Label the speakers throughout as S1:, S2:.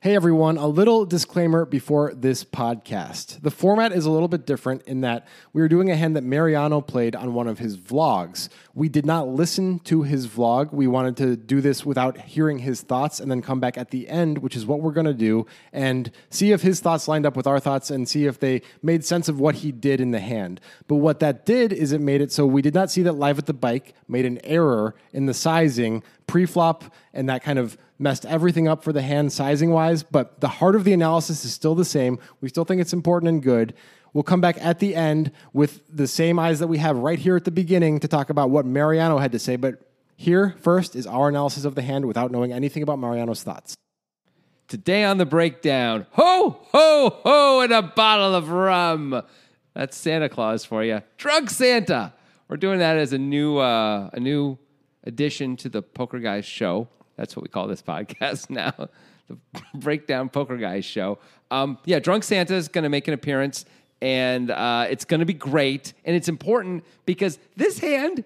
S1: Hey everyone, a little disclaimer before this podcast. The format is a little bit different in that we are doing a hand that Mariano played on one of his vlogs. We did not listen to his vlog. We wanted to do this without hearing his thoughts and then come back at the end, which is what we're going to do, and see if his thoughts lined up with our thoughts and see if they made sense of what he did in the hand. But what that did is it made it so we did not see that Live at the Bike made an error in the sizing pre-flop and that kind of messed everything up for the hand sizing wise but the heart of the analysis is still the same we still think it's important and good we'll come back at the end with the same eyes that we have right here at the beginning to talk about what mariano had to say but here first is our analysis of the hand without knowing anything about mariano's thoughts
S2: Today on the breakdown, ho, ho, ho, and a bottle of rum. That's Santa Claus for you. Drunk Santa. We're doing that as a new, uh, a new addition to the Poker Guys show. That's what we call this podcast now, the Breakdown Poker Guys show. Um, yeah, Drunk Santa is going to make an appearance, and uh, it's going to be great. And it's important because this hand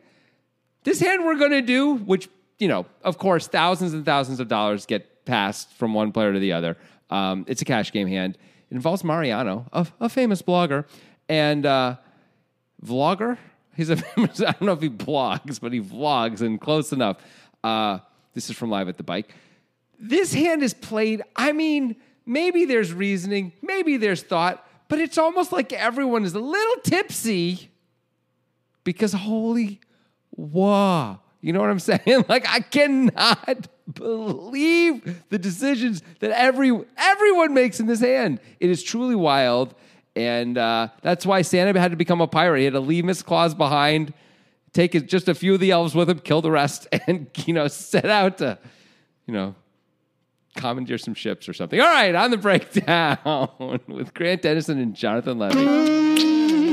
S2: this hand we're going to do, which, you know, of course, thousands and thousands of dollars get passed from one player to the other. Um, it's a cash game hand. It involves Mariano, a, a famous blogger, and uh, vlogger. He's a famous, I don't know if he blogs, but he vlogs and close enough. Uh, this is from Live at the Bike. This hand is played, I mean, maybe there's reasoning, maybe there's thought, but it's almost like everyone is a little tipsy because holy whoa. You know what I'm saying? Like I cannot believe the decisions that every everyone makes in this hand. It is truly wild. And uh, that's why Santa had to become a pirate. He had to leave Miss Claus behind, take his- just a few of the elves with him, kill the rest, and you know, set out to, you know, commandeer some ships or something. All right, on the breakdown with Grant Dennison and Jonathan Levy.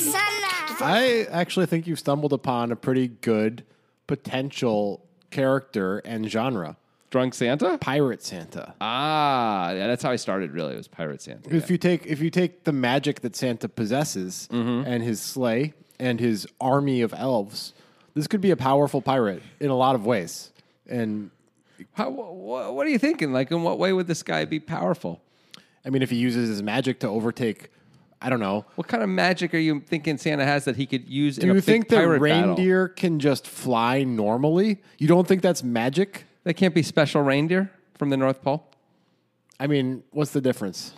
S1: i actually think you've stumbled upon a pretty good potential character and genre
S2: Drunk Santa?
S1: pirate santa
S2: Ah, yeah, that's how I started. Really, it was Pirate Santa.
S1: If you take if you take the magic that Santa possesses
S2: Mm-hmm.
S1: and his sleigh and his army of elves, this could be a powerful pirate in a lot of ways. And
S2: How, wh- wh- what are you thinking? Like, in what way would this guy be powerful?
S1: I mean, if he uses his magic to overtake, I don't know.
S2: What kind of magic are you thinking Santa has that he could use?
S1: Do
S2: in
S1: you
S2: a
S1: think
S2: big
S1: that
S2: pirate battle?
S1: reindeer can just fly normally? You don't think that's magic?
S2: That can't be special reindeer from the North Pole.
S1: I mean, what's the difference?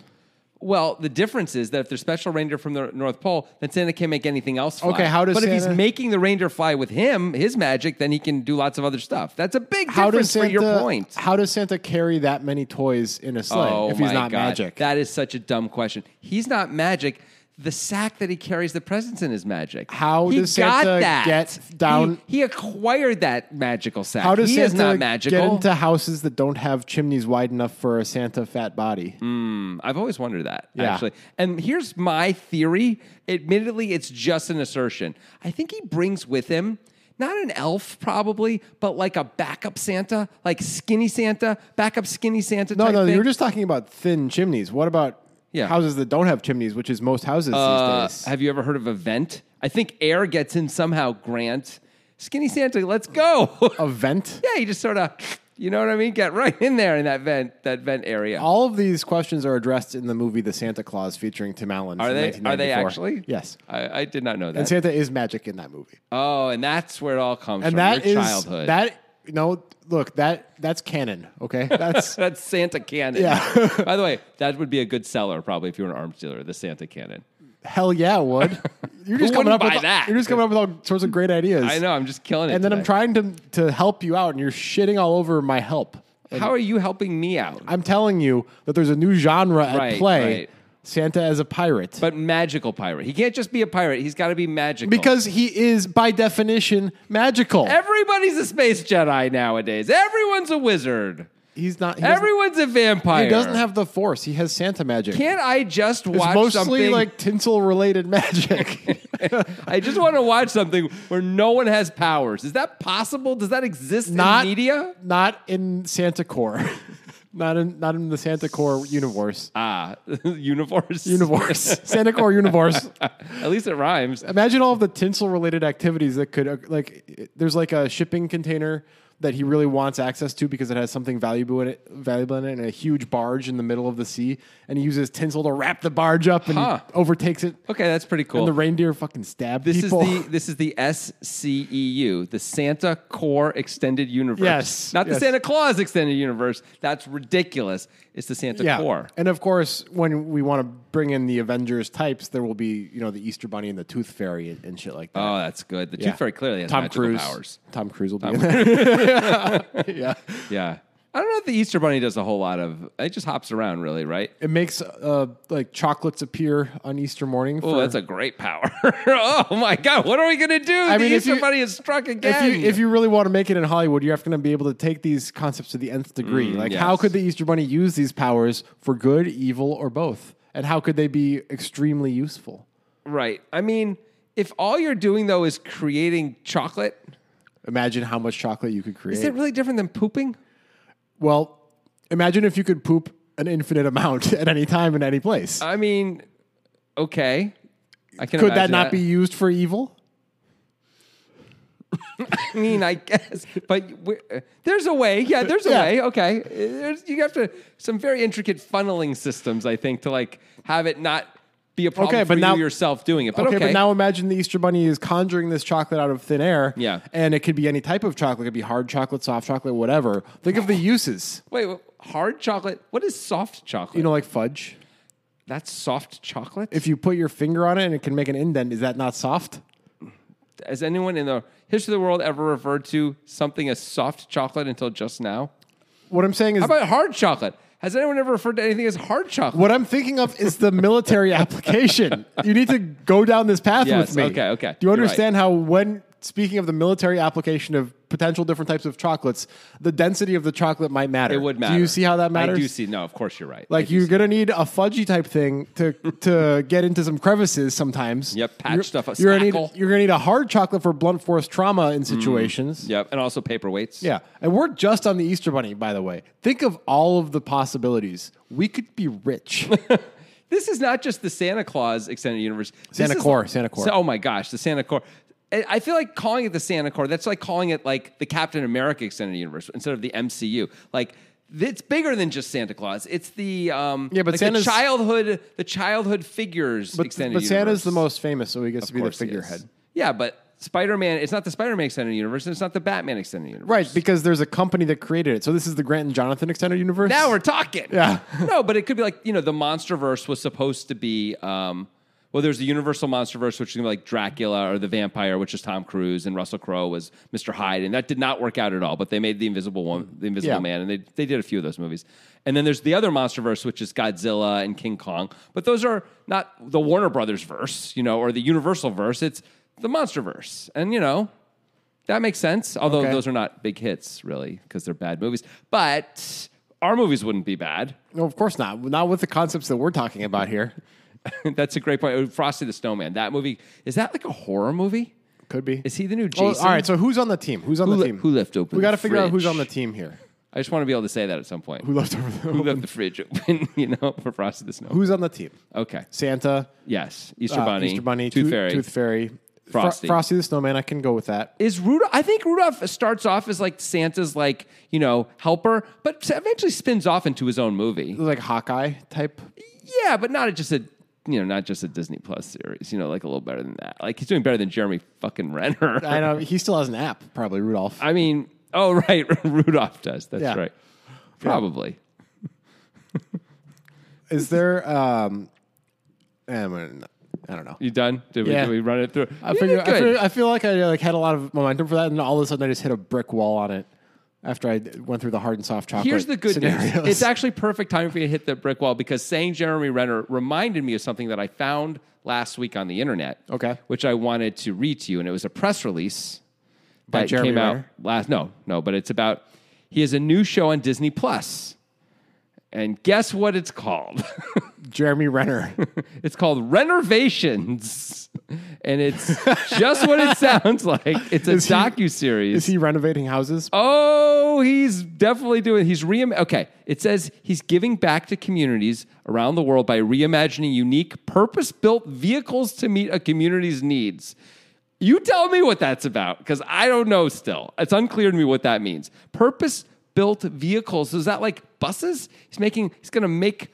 S2: Well, the difference is that if they're special reindeer from the North Pole, then Santa can't make anything else fly.
S1: Okay, how does
S2: But if he's
S1: Santa-
S2: making the reindeer fly with him, his magic, then he can do lots of other stuff. That's a big difference
S1: How does Santa
S2: for your point.
S1: How does Santa carry that many toys in a sleigh
S2: Oh
S1: if he's
S2: my
S1: not
S2: God.
S1: magic?
S2: That is such a dumb question. He's not magic. The sack that he carries the presents in is magic.
S1: How
S2: he
S1: does
S2: got
S1: Santa
S2: that.
S1: get down-
S2: He, he acquired that magical sack.
S1: How does
S2: he
S1: Santa
S2: is not magical.
S1: get into houses that don't have chimneys wide enough for a Santa fat body?
S2: Mm. Um, I've always wondered that
S1: Yeah.
S2: actually. And here's my theory. Admittedly, it's just an assertion. I think he brings with him not an elf probably, but like a backup Santa, like skinny Santa, backup skinny Santa.
S1: No,
S2: type
S1: no,
S2: thing.
S1: you were just talking about thin chimneys. What about
S2: Yeah.
S1: houses that don't have chimneys, which is most houses
S2: Uh,
S1: these days?
S2: have you ever heard of a vent? I think air gets in somehow, Grant. Skinny Santa, let's go.
S1: a vent?
S2: yeah, you just sort of, you know what I mean? Get right in there in that vent, that vent area.
S1: All of these questions are addressed in the movie The Santa Claus featuring Tim Allen.
S2: Are
S1: from
S2: they? Are they
S1: 1994.
S2: actually?
S1: Yes.
S2: I, I did not know
S1: And
S2: that.
S1: Santa is magic in that movie.
S2: oh, and that's where it all comes
S1: And
S2: from.
S1: that
S2: your
S1: is
S2: childhood.
S1: that no, look, that that's canon, okay? That's
S2: that's Santa Cannon.
S1: Yeah.
S2: By the way, that would be a good seller probably if you were an arms dealer. The Santa Cannon.
S1: hell yeah, it would. You're just
S2: Who
S1: coming up
S2: wouldn't buy
S1: with
S2: that?
S1: You're just coming up with all sorts of great ideas.
S2: I know. I'm just killing it.
S1: And then I'm
S2: today.
S1: trying to to help you out and you're shitting all over my help.
S2: How are you helping me out?
S1: I'm telling you that there's a new genre at
S2: Right,
S1: play.
S2: right.
S1: Santa as a pirate.
S2: But magical pirate. He can't just be a pirate. He's got to be magical.
S1: because he is by definition magical.
S2: everybody's a space Jedi nowadays. Everyone's a wizard.
S1: He's not he doesn't-
S2: Everyone's a vampire.
S1: he doesn't have the force. He has Santa magic.
S2: Can't I just
S1: it's
S2: watch
S1: mostly
S2: something?
S1: like tinsel related magic.
S2: I just want to watch something where no one has powers. Is that possible? Does that exist
S1: not
S2: in media?
S1: Not in Santa Core. Not in not in the Santa Core universe.
S2: Ah, universe.
S1: Universe. Santa Core universe.
S2: At least it rhymes.
S1: Imagine all of the tinsel related activities that could uh, like it- there's like a shipping container that he really wants access to because it has something valuable in it, valuable in it, and a huge barge in the middle of the sea, and he uses tinsel to wrap the barge up and
S2: Huh.
S1: overtakes it.
S2: Okay, that's pretty cool.
S1: And the reindeer fucking stab
S2: this
S1: people.
S2: is the this is the SCEU, the Santa Core Extended Universe.
S1: Yes,
S2: not the
S1: yes.
S2: Santa Claus Extended Universe. That's ridiculous. It's the Santa
S1: yeah.
S2: Core.
S1: And of course, when we want to bring in the Avengers types, there will be you know the Easter Bunny and the Tooth Fairy and, and shit like that.
S2: Oh, that's good. The
S1: Yeah.
S2: Tooth Fairy clearly has
S1: Tom
S2: magical
S1: Cruise.
S2: powers.
S1: Tom Cruise will be in that. yeah.
S2: Yeah, I don't know if the Easter Bunny does a whole lot of. It just hops around, really, right?
S1: It makes uh, like chocolates appear on Easter morning.
S2: Oh, that's a great power. oh my God, what are we gonna do? the
S1: mean, if
S2: Easter
S1: you-
S2: Bunny is struck
S1: if
S2: again.
S1: you, if you really want to make it in Hollywood, you're going to be able to take these concepts to the nth degree. like, how
S2: Mm, yes.
S1: could the Easter Bunny use these powers for good, evil, or both? And how could they be extremely useful?
S2: right. I mean, if all you're doing though is creating chocolate,
S1: Imagine how much chocolate you could create.
S2: is it really different than pooping?
S1: well, imagine if you could poop an infinite amount at any time in any place.
S2: I mean, okay. I can
S1: could that
S2: imagine
S1: not be used for evil?
S2: I mean, I guess, but we- uh, there's a way. Yeah, there's a
S1: Yeah.
S2: way. Okay, Uh, there's, you have to some very intricate funneling systems, I think, to like have it not be a problem
S1: Okay,
S2: for
S1: but now-
S2: you yourself doing it. But
S1: Okay,
S2: okay,
S1: but now imagine the Easter Bunny is conjuring this chocolate out of thin air.
S2: Yeah.
S1: And it could be any type of chocolate. It could be hard chocolate, soft chocolate, whatever. Think of the uses.
S2: wait, wait, hard chocolate. What is soft chocolate?
S1: You know, like fudge.
S2: That's soft chocolate.
S1: If you put your finger on it and it can make an indent, is that not soft?
S2: Has anyone in the history of the world ever referred to something as soft chocolate until just now?
S1: What I'm saying is,
S2: How about hard chocolate? Has anyone ever referred to anything as hard chocolate?
S1: what I'm thinking of is the military application. You need to go down this path
S2: Yes,
S1: with me.
S2: okay, okay.
S1: Do you
S2: You're right.
S1: understand how, when speaking of the military application of potential different types of chocolates, the density of the chocolate might matter?
S2: It would matter.
S1: Do you see how that matters?
S2: I do see. No, of course you're right. I
S1: Like
S2: do
S1: you're
S2: see.
S1: gonna need a fudgy type thing to to get into some crevices sometimes.
S2: Yep, patch
S1: you're,
S2: stuff up,
S1: You're gonna, need,
S2: spackle. Mm.
S1: you're gonna need a hard chocolate for blunt force trauma in situations.
S2: Yep, and also paperweights.
S1: Yeah, and we're just on the Easter Bunny, by the way. Think of all of the possibilities. We could be rich.
S2: This is not just the Santa Claus extended universe. This
S1: Santa
S2: is-
S1: Core, Santa Core.
S2: So- oh my gosh, the Santa Core. I I feel like calling it the Santa Core. That's like calling it like the Captain America extended universe instead of the MCU. Like th- it's bigger than just Santa Claus. It's the um
S1: Yeah, but
S2: like
S1: Santa's-
S2: the childhood the childhood figures
S1: but
S2: extended
S1: but
S2: universe.
S1: Santa's the most famous, so he gets to
S2: Of
S1: be the
S2: course he is.
S1: figurehead.
S2: Yeah, but Spider Man. It's not the Spider Man extended universe. and It's not the Batman extended universe.
S1: Right, because there's a company that created it. So this is the Grant and Jonathan extended universe.
S2: Now we're talking.
S1: Yeah.
S2: no, but it could be like, you know, the Monsterverse was supposed to be um well, there's the Universal Monsterverse, which is gonna be like Dracula or the Vampire, which is Tom Cruise, and Russell Crowe was Mr. Hyde, and that did not work out at all. But they made the Invisible One, the Invisible
S1: Yeah.
S2: Man, and they they did a few of those movies. And then there's the other Monsterverse, which is Godzilla and King Kong, but those are not the Warner Brothers verse, you know, or the Universal verse. It's the Monsterverse, and you know. That makes sense. Although
S1: Okay.
S2: those are not big hits, really, because they're bad movies. But our movies wouldn't be bad.
S1: no, of course not. Not with the concepts that we're talking about here.
S2: That's a great point. Oh, Frosty the Snowman. That movie is that like a horror movie?
S1: Could be.
S2: Is he the new Jason?
S1: Oh, all right, so who's on the team? Who's on
S2: Who
S1: the
S2: le-
S1: team?
S2: who left open
S1: We
S2: the
S1: got to figure out who's
S2: fridge?
S1: on the team here.
S2: I just want to be able to say that at some point.
S1: Who left over the,
S2: Who left the fridge open? You know, for Frosty the Snowman.
S1: Who's on the team?
S2: Okay.
S1: Santa,
S2: Yes. Easter
S1: uh,
S2: Bunny.
S1: Easter Bunny,
S2: Tooth
S1: Tooth
S2: Fairy.
S1: Tooth Fairy, Fro-
S2: Frosty.
S1: Frosty the Snowman. I can go with that.
S2: is Rudolph. I think Rudolph starts off as like Santa's like you know helper, but eventually spins off into his own movie.
S1: Like Hawkeye type.
S2: Yeah, but not just a you know not just a Disney Plus series. You know, like a little better than that. Like he's doing better than Jeremy fucking Renner.
S1: I know he still has an app, probably Rudolph.
S2: I mean, oh right, Rudolph does. That's
S1: Yeah.
S2: right. Probably.
S1: Is there? Um, eh, I don't know. I don't know.
S2: You done? Did we,
S1: Yeah.
S2: did we run it through?
S1: I
S2: You
S1: figure.
S2: did
S1: I,
S2: good.
S1: figure I feel like I like had a lot of momentum for that, and all of a sudden I just hit a brick wall on it after I d- went through the hard and soft chocolate.
S2: Here's the good
S1: scenarios.
S2: news. It's actually perfect time for you to hit the brick wall because saying Jeremy Renner reminded me of something that I found last week on the internet.
S1: Okay.
S2: Which I wanted to read to you, and it was a press release
S1: By
S2: that
S1: Jeremy
S2: came out
S1: Renner?
S2: last. No, no, but it's about he has a new show on Disney Plus, and guess what it's called?
S1: Jeremy Renner.
S2: It's called Renovations, and it's just what it sounds like. It's a
S1: Is he-
S2: docu
S1: Is
S2: series.
S1: he renovating houses?
S2: oh So he's definitely doing. He's re. Okay, it says he's giving back to communities around the world by reimagining unique, purpose-built vehicles to meet a community's needs. You tell me what that's about because I don't know. Still, it's unclear to me what that means. Purpose-built vehicles. Is that like buses? He's making. He's going to make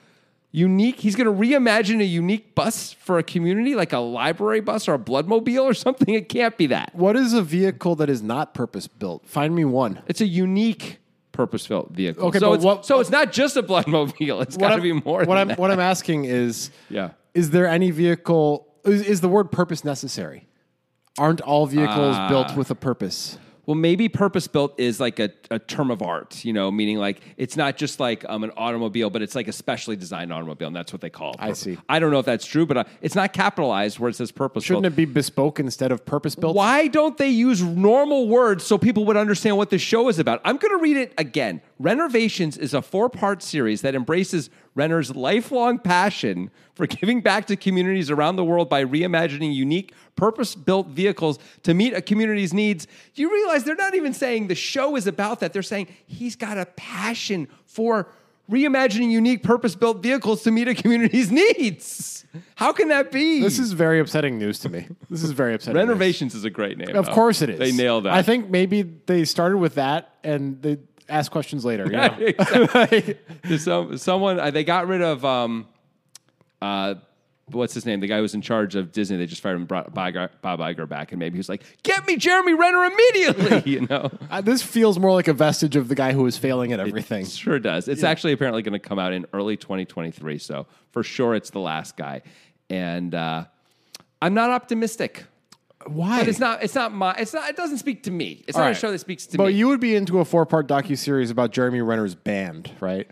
S2: unique. He's going to reimagine a unique bus for a community, like a library bus or a bloodmobile or something. It can't be that.
S1: What is a vehicle that is not purpose built? Find me one.
S2: It's a unique purpose-built vehicle.
S1: Okay,
S2: so
S1: but
S2: it's,
S1: what-
S2: so it's not just a bloodmobile. It's got to
S1: I'm-
S2: be more.
S1: What
S2: than
S1: I'm
S2: that.
S1: what I'm asking is,
S2: Yeah.
S1: is there any vehicle? Is, is the word purpose necessary? Aren't all vehicles
S2: Ah.
S1: built with a purpose?
S2: Well, maybe purpose-built is like a, a term of art, you know, meaning like it's not just like um, an automobile, but it's like a specially designed automobile, and that's what they call. it.
S1: I see.
S2: I don't know if that's true, but uh, it's not capitalized where it says purpose.
S1: Shouldn't it be bespoke instead of purpose built?
S2: Why don't they use normal words so people would understand what the show is about? I'm going to read it again. Renovations is a four part series that embraces Renner's lifelong passion for giving back to communities around the world by reimagining unique, purpose built vehicles to meet a community's needs. Do you realize they're not even saying the show is about that? They're saying he's got a passion for reimagining unique, purpose built vehicles to meet a community's needs. How can that be?
S1: This is very upsetting news to me. This is very upsetting. news.
S2: Renovations is a great name.
S1: Of
S2: though.
S1: course it is.
S2: They nailed that.
S1: I think maybe they started with that and they asked questions later. You know?
S2: Exactly. There's some, someone uh, they got rid of um, uh, what's his name? The guy who was in charge of Disney. They just fired him, brought Bob Iger, Bob Iger back, and maybe he was like, "Get me Jeremy Renner immediately!" You know,
S1: Uh, this feels more like a vestige of the guy who was failing at everything.
S2: sure does. It's actually apparently going to come out in early 2023, so for sure it's the last guy. And uh, I'm not optimistic.
S1: Why?
S2: But it's not. It's not my. It's not. It doesn't speak to me. It's not
S1: right.
S2: a show that speaks to
S1: But
S2: me.
S1: you would be into a four-part docu-series about Jeremy Renner's band, right?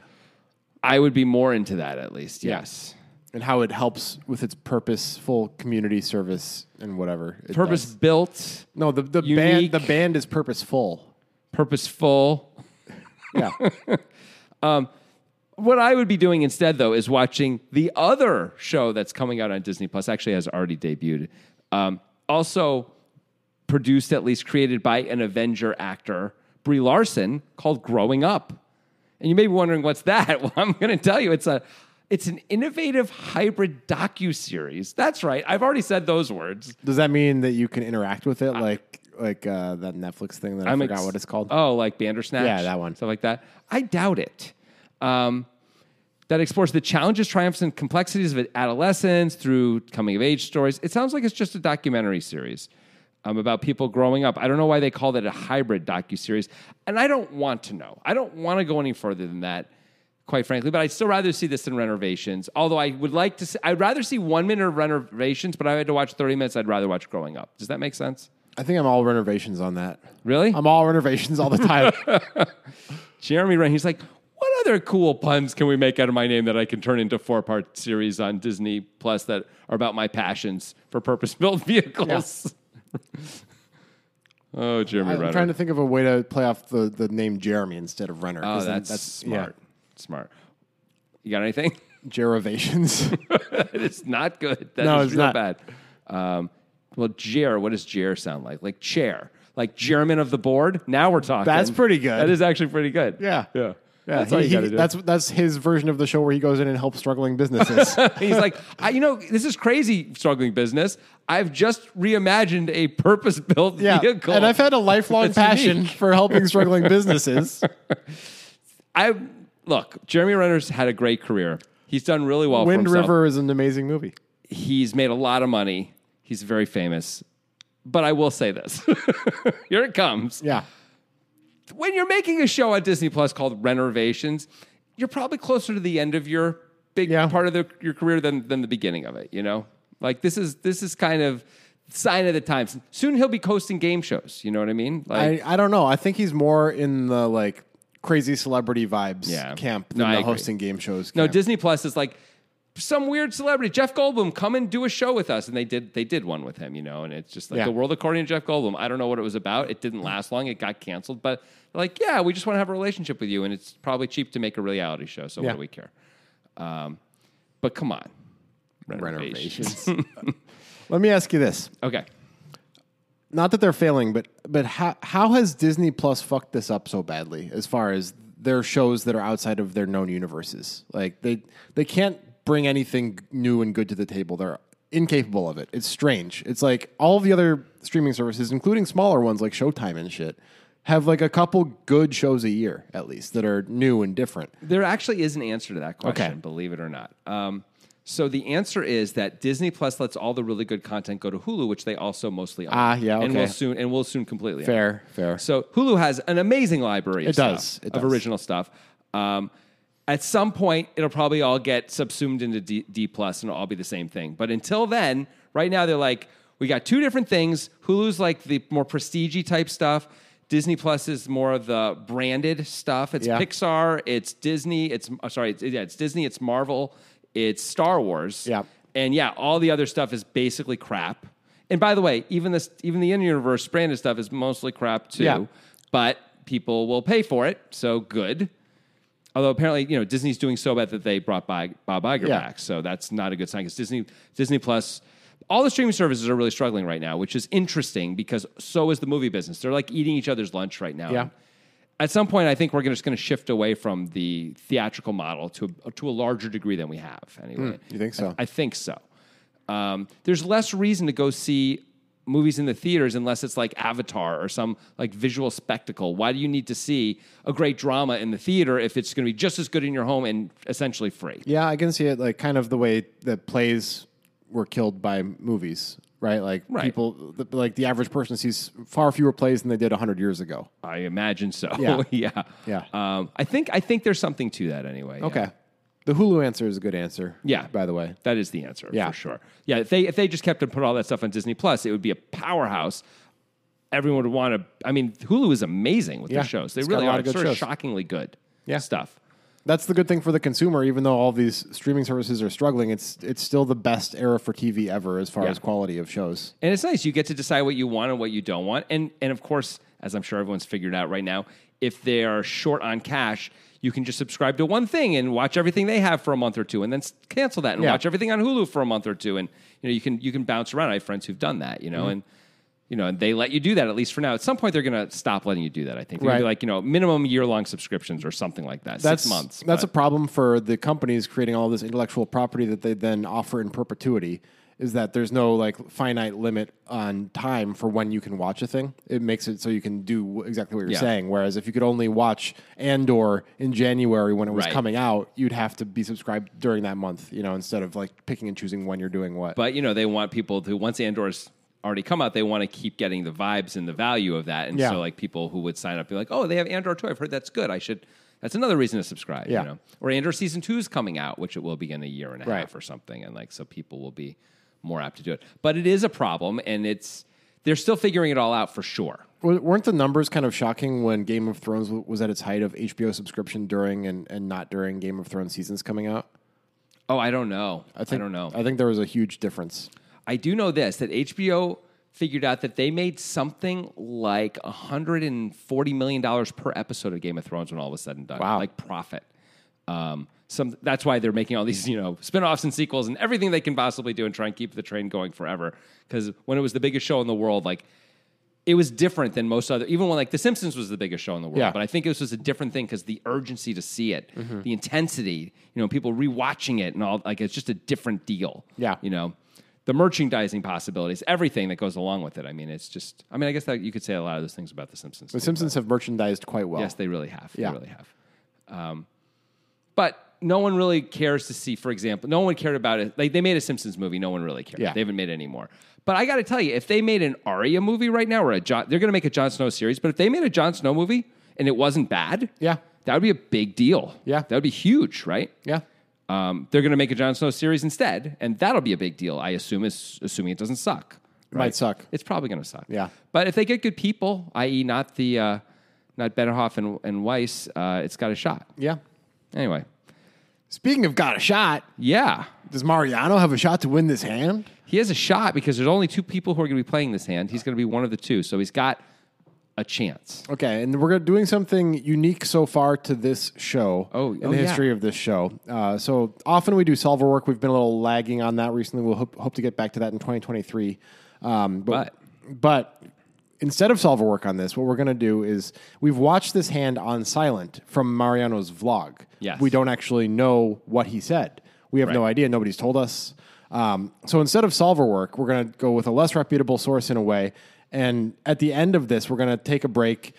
S2: I would be more into that at least. Yes.
S1: And how it helps with its purposeful community service and whatever. it
S2: Purpose
S1: does.
S2: built,
S1: No, the, the band
S2: unique.
S1: the band is purposeful.
S2: purposeful.
S1: Yeah.
S2: What I would be doing instead, though, is watching the other show that's coming out on Disney Plus. Actually, has already debuted. Um, also produced, at least created by an Avenger actor, Brie Larson, called Growing Up. And you may be wondering what's that. Well, I'm going to tell you, it's a it's an innovative hybrid docu series. That's right. I've already said those words.
S1: does that mean that you can interact with it like like uh, that Netflix thing that i forgot
S2: ex-
S1: what it's called?
S2: Oh, like Bandersnatch.
S1: Yeah, that one.
S2: Stuff like that. I doubt it. Um, that explores the challenges, triumphs, and complexities of adolescence through coming of age stories. It sounds like it's just a documentary series um, about people growing up. I don't know why they called it a hybrid docu series, and I don't want to know. I don't want to go any further than that, quite frankly. But I'd still rather see this than renovations. Although I would like to, see, I'd rather see one minute of renovations. But if I had to watch thirty minutes. I'd rather watch Growing Up. Does that make sense?
S1: I think I'm all renovations on that.
S2: Really?
S1: I'm all renovations all the time.
S2: Jeremy Renner. He's like, what other cool puns can we make out of my name that I can turn into four part series on Disney Plus that are about my passions for purpose built vehicles? oh, Jeremy
S1: I'm
S2: Renner.
S1: trying to think of a way to play off the, the name Jeremy instead of Renner.
S2: oh,
S1: 'cause then
S2: that's,
S1: yeah,
S2: smart. Smart. You got anything?
S1: Jerovations.
S2: it is not good. That is
S1: No, it's
S2: real
S1: not.
S2: bad. Um, well, Jer, what does Jer sound like? Like chair, like chairman of the board. Now we're talking.
S1: That's pretty good.
S2: That is actually pretty good.
S1: Yeah.
S2: yeah,
S1: Yeah,
S2: That's
S1: he-
S2: all you
S1: he-
S2: got to do.
S1: That's that's his version of the show where he goes in and helps struggling businesses.
S2: He's like, I, you know, this is crazy struggling business. I've just reimagined a purpose built
S1: yeah,
S2: vehicle.
S1: and I've had a lifelong
S2: That's
S1: passion
S2: unique.
S1: for helping struggling businesses.
S2: I look, Jeremy Renner's had a great career. He's done really well.
S1: Wind
S2: for himself.
S1: River is an amazing movie.
S2: He's made a lot of money. He's very famous. But I will say this. Here it comes.
S1: Yeah,
S2: when you're making a show on Disney Plus called Renovations, you're probably closer to the end of your big
S1: Yeah.
S2: part of the, your career than than the beginning of it. You know, like this is this is kind of sign of the times. Soon he'll be coasting game shows. You know what I mean? Like,
S1: I, I don't know. I think he's more in the like crazy celebrity vibes
S2: Yeah.
S1: camp than
S2: No, I
S1: the
S2: agree.
S1: hosting game shows.
S2: no,
S1: camp.
S2: Disney Plus is like some weird celebrity, Jeff Goldblum, come and do a show with us, and they did they did one with him. You know, and it's just like
S1: Yeah.
S2: the world according to Jeff Goldblum. I don't know what it was about. It didn't last long. It got canceled, but like, yeah, we just want to have a relationship with you, and it's probably cheap to make a reality show. So
S1: Yeah.
S2: what do we care? Um, But come on.
S1: renovations. Let me ask you this:
S2: Okay.
S1: not that they're failing, but but how how has Disney Plus fucked this up so badly as far as their shows that are outside of their known universes? Like they they can't bring anything new and good to the table. They're incapable of it. It's strange. It's like all the other streaming services, including smaller ones like Showtime and shit, have like a couple good shows a year at least that are new and different.
S2: There actually is an answer to that question,
S1: Okay.
S2: believe it or not. Um, so the answer is that Disney Plus lets all the really good content go to Hulu, which they also mostly own.
S1: Ah, yeah,
S2: and
S1: okay.
S2: will soon and will soon completely own.
S1: Fair, fair.
S2: So Hulu has an amazing library. Of
S1: It does,
S2: stuff,
S1: it
S2: of
S1: does.
S2: original stuff. Um, at some point, it'll probably all get subsumed into D, D plus, and it'll all be the same thing. But until then, right now they're like, we got two different things. Hulu's like the more prestige type stuff. Disney Plus is more of the branded stuff. It's
S1: Yeah.
S2: Pixar. It's Disney. It's uh, sorry. It's, yeah, it's Disney. It's Marvel. It's Star Wars.
S1: Yeah.
S2: And yeah, all the other stuff is basically crap. And by the way, even this, even the in-universe branded stuff is mostly crap too.
S1: Yeah.
S2: But people will pay for it, so good. Although apparently, you know, Disney's doing so bad that they brought by Bob Iger
S1: Yeah.
S2: back, so that's not a good sign because Disney, Disney Plus, all the streaming services are really struggling right now, which is interesting because so is the movie business. They're like eating each other's lunch right now.
S1: Yeah.
S2: At some point, I think we're gonna- just going to shift away from the theatrical model to a, to a larger degree than we have anyway.
S1: Mm, you think so?
S2: I, I think so. Um, there's less reason to go see movies in the theaters unless it's like Avatar or some like visual spectacle. Why do you need to see a great drama in the theater if it's going to be just as good in your home and essentially free?
S1: Yeah, I can see it like kind of the way that plays were killed by movies, right? Like
S2: Right.
S1: people, th- like the average person sees far fewer plays than they did hundred years ago.
S2: I imagine so.
S1: Yeah.
S2: yeah.
S1: Yeah.
S2: Um, I think I think there's something to that anyway. yeah.
S1: Okay, the Hulu answer is a good answer.
S2: Yeah.
S1: by the way,
S2: That is the answer
S1: Yeah.
S2: for sure. Yeah, if they if they just kept and put all that stuff on Disney Plus, it would be a powerhouse. Everyone would want to. I mean, Hulu is amazing with
S1: Yeah.
S2: their shows. They
S1: It's got
S2: really
S1: a lot
S2: are.
S1: of good
S2: sort of
S1: shows.
S2: shockingly good.
S1: Yeah.
S2: stuff.
S1: that's the good thing for the consumer. Even though all these streaming services are struggling, it's it's still the best era for TV ever as far
S2: Yeah.
S1: as quality of shows.
S2: And it's nice. You get to decide what you want and what you don't want. And and of course, as I'm sure everyone's figured out right now, if they are short on cash, you can just subscribe to one thing and watch everything they have for a month or two, and then s- cancel that and
S1: Yeah.
S2: watch everything on Hulu for a month or two. And you know, you can you can bounce around. I have friends who've done that. You
S1: Mm-hmm.
S2: know, and you know, and they let you do that at least for now. At some point, they're going to stop letting you do that. I think they're gonna be
S1: Right.
S2: like you know minimum year long subscriptions or something like that.
S1: That's
S2: Six months.
S1: That's
S2: but-
S1: a problem for the companies creating all this intellectual property that they then offer in perpetuity. Is that there's no like finite limit on time for when you can watch a thing? It makes it so you can do exactly what you're
S2: Yeah.
S1: saying. Whereas if you could only watch Andor in January when it was
S2: Right.
S1: coming out, you'd have to be subscribed during that month. You know, instead of like picking and choosing when you're doing what.
S2: but you know they want people to once Andor's already come out, they want to keep getting the vibes and the value of that. And
S1: Yeah.
S2: so like people who would sign up be like, oh, they have Andor too. I've heard that's good. I should. That's another reason to subscribe.
S1: Yeah.
S2: You know? Or Andor season two is coming out, which it will be in a year and a
S1: Right.
S2: half or something, and like so people will be more apt to do it. But it is a problem, and it's they're still figuring it all out for sure.
S1: W- Weren't the numbers kind of shocking when Game of Thrones w- was at its height of HBO subscription during and, and not during Game of Thrones seasons coming out?
S2: Oh, I don't know. I, don't know.
S1: I think there was a huge difference.
S2: I do know this that HBO figured out that they made something like $140 million per episode of Game of Thrones when all was said and done.
S1: Wow.
S2: Like profit. Um, some, that's why they're making all these, you know, spin-offs and sequels and everything they can possibly do and try and keep the train going forever. Because when it was the biggest show in the world, like it was different than most other even when like the simpsons was the biggest show in the world
S1: Yeah. Mm-hmm.
S2: but i think this was a different thing because the urgency to see it the intensity you know people rewatching it and all like it's just a different deal
S1: Yeah.
S2: you know the merchandising possibilities everything that goes along with it i mean it's just i mean i guess that you could say a lot of those things about the simpsons
S1: The
S2: too,
S1: Simpsons have merchandised quite well.
S2: Yes, they really have.
S1: Yeah.
S2: They really have. Um, but no one really cares to see, for example, no one cared about it. Like they made a Simpsons movie, no one really cared.
S1: Yeah.
S2: They haven't made any more. But I got to tell you, if they made an Arya movie right now, or a John, they're going to make a Jon Snow series. But if they made a Jon Snow movie and it wasn't bad,
S1: Yeah.
S2: that would be a big deal.
S1: Yeah.
S2: that would be huge, right?
S1: Yeah.
S2: Um, they're going to make a Jon Snow series instead, and that'll be a big deal. I assume, is assuming it doesn't suck.
S1: It might suck.
S2: It's probably going to suck.
S1: Yeah.
S2: But if they get good people, i.e., not the uh, not Benioff and and Weiss, uh, it's got a shot.
S1: Yeah.
S2: Anyway,
S1: Speaking of got a shot,
S2: yeah,
S1: does Mariano have a shot to win this hand?
S2: he has a shot because there's only two people who are going to be playing this hand. He's going to be one of the two, so he's got a chance.
S1: Okay, and we're doing something unique so far to this show.
S2: Oh,
S1: in
S2: oh,
S1: the
S2: yeah.
S1: history of this show. Uh, so often we do solver work. We've been a little lagging on that recently. We'll hope, hope to get back to that in 2023. Um, but, but Instead of solver work on this, what we're going to do is we've watched this hand on silent from Mariano's vlog.
S2: Yes.
S1: We don't actually know what he said. We have no
S2: Right.
S1: idea. Nobody's told us. Um, so instead of solver work, we're going to go with a less reputable source in a way. And at the end of this, we're going to take a break,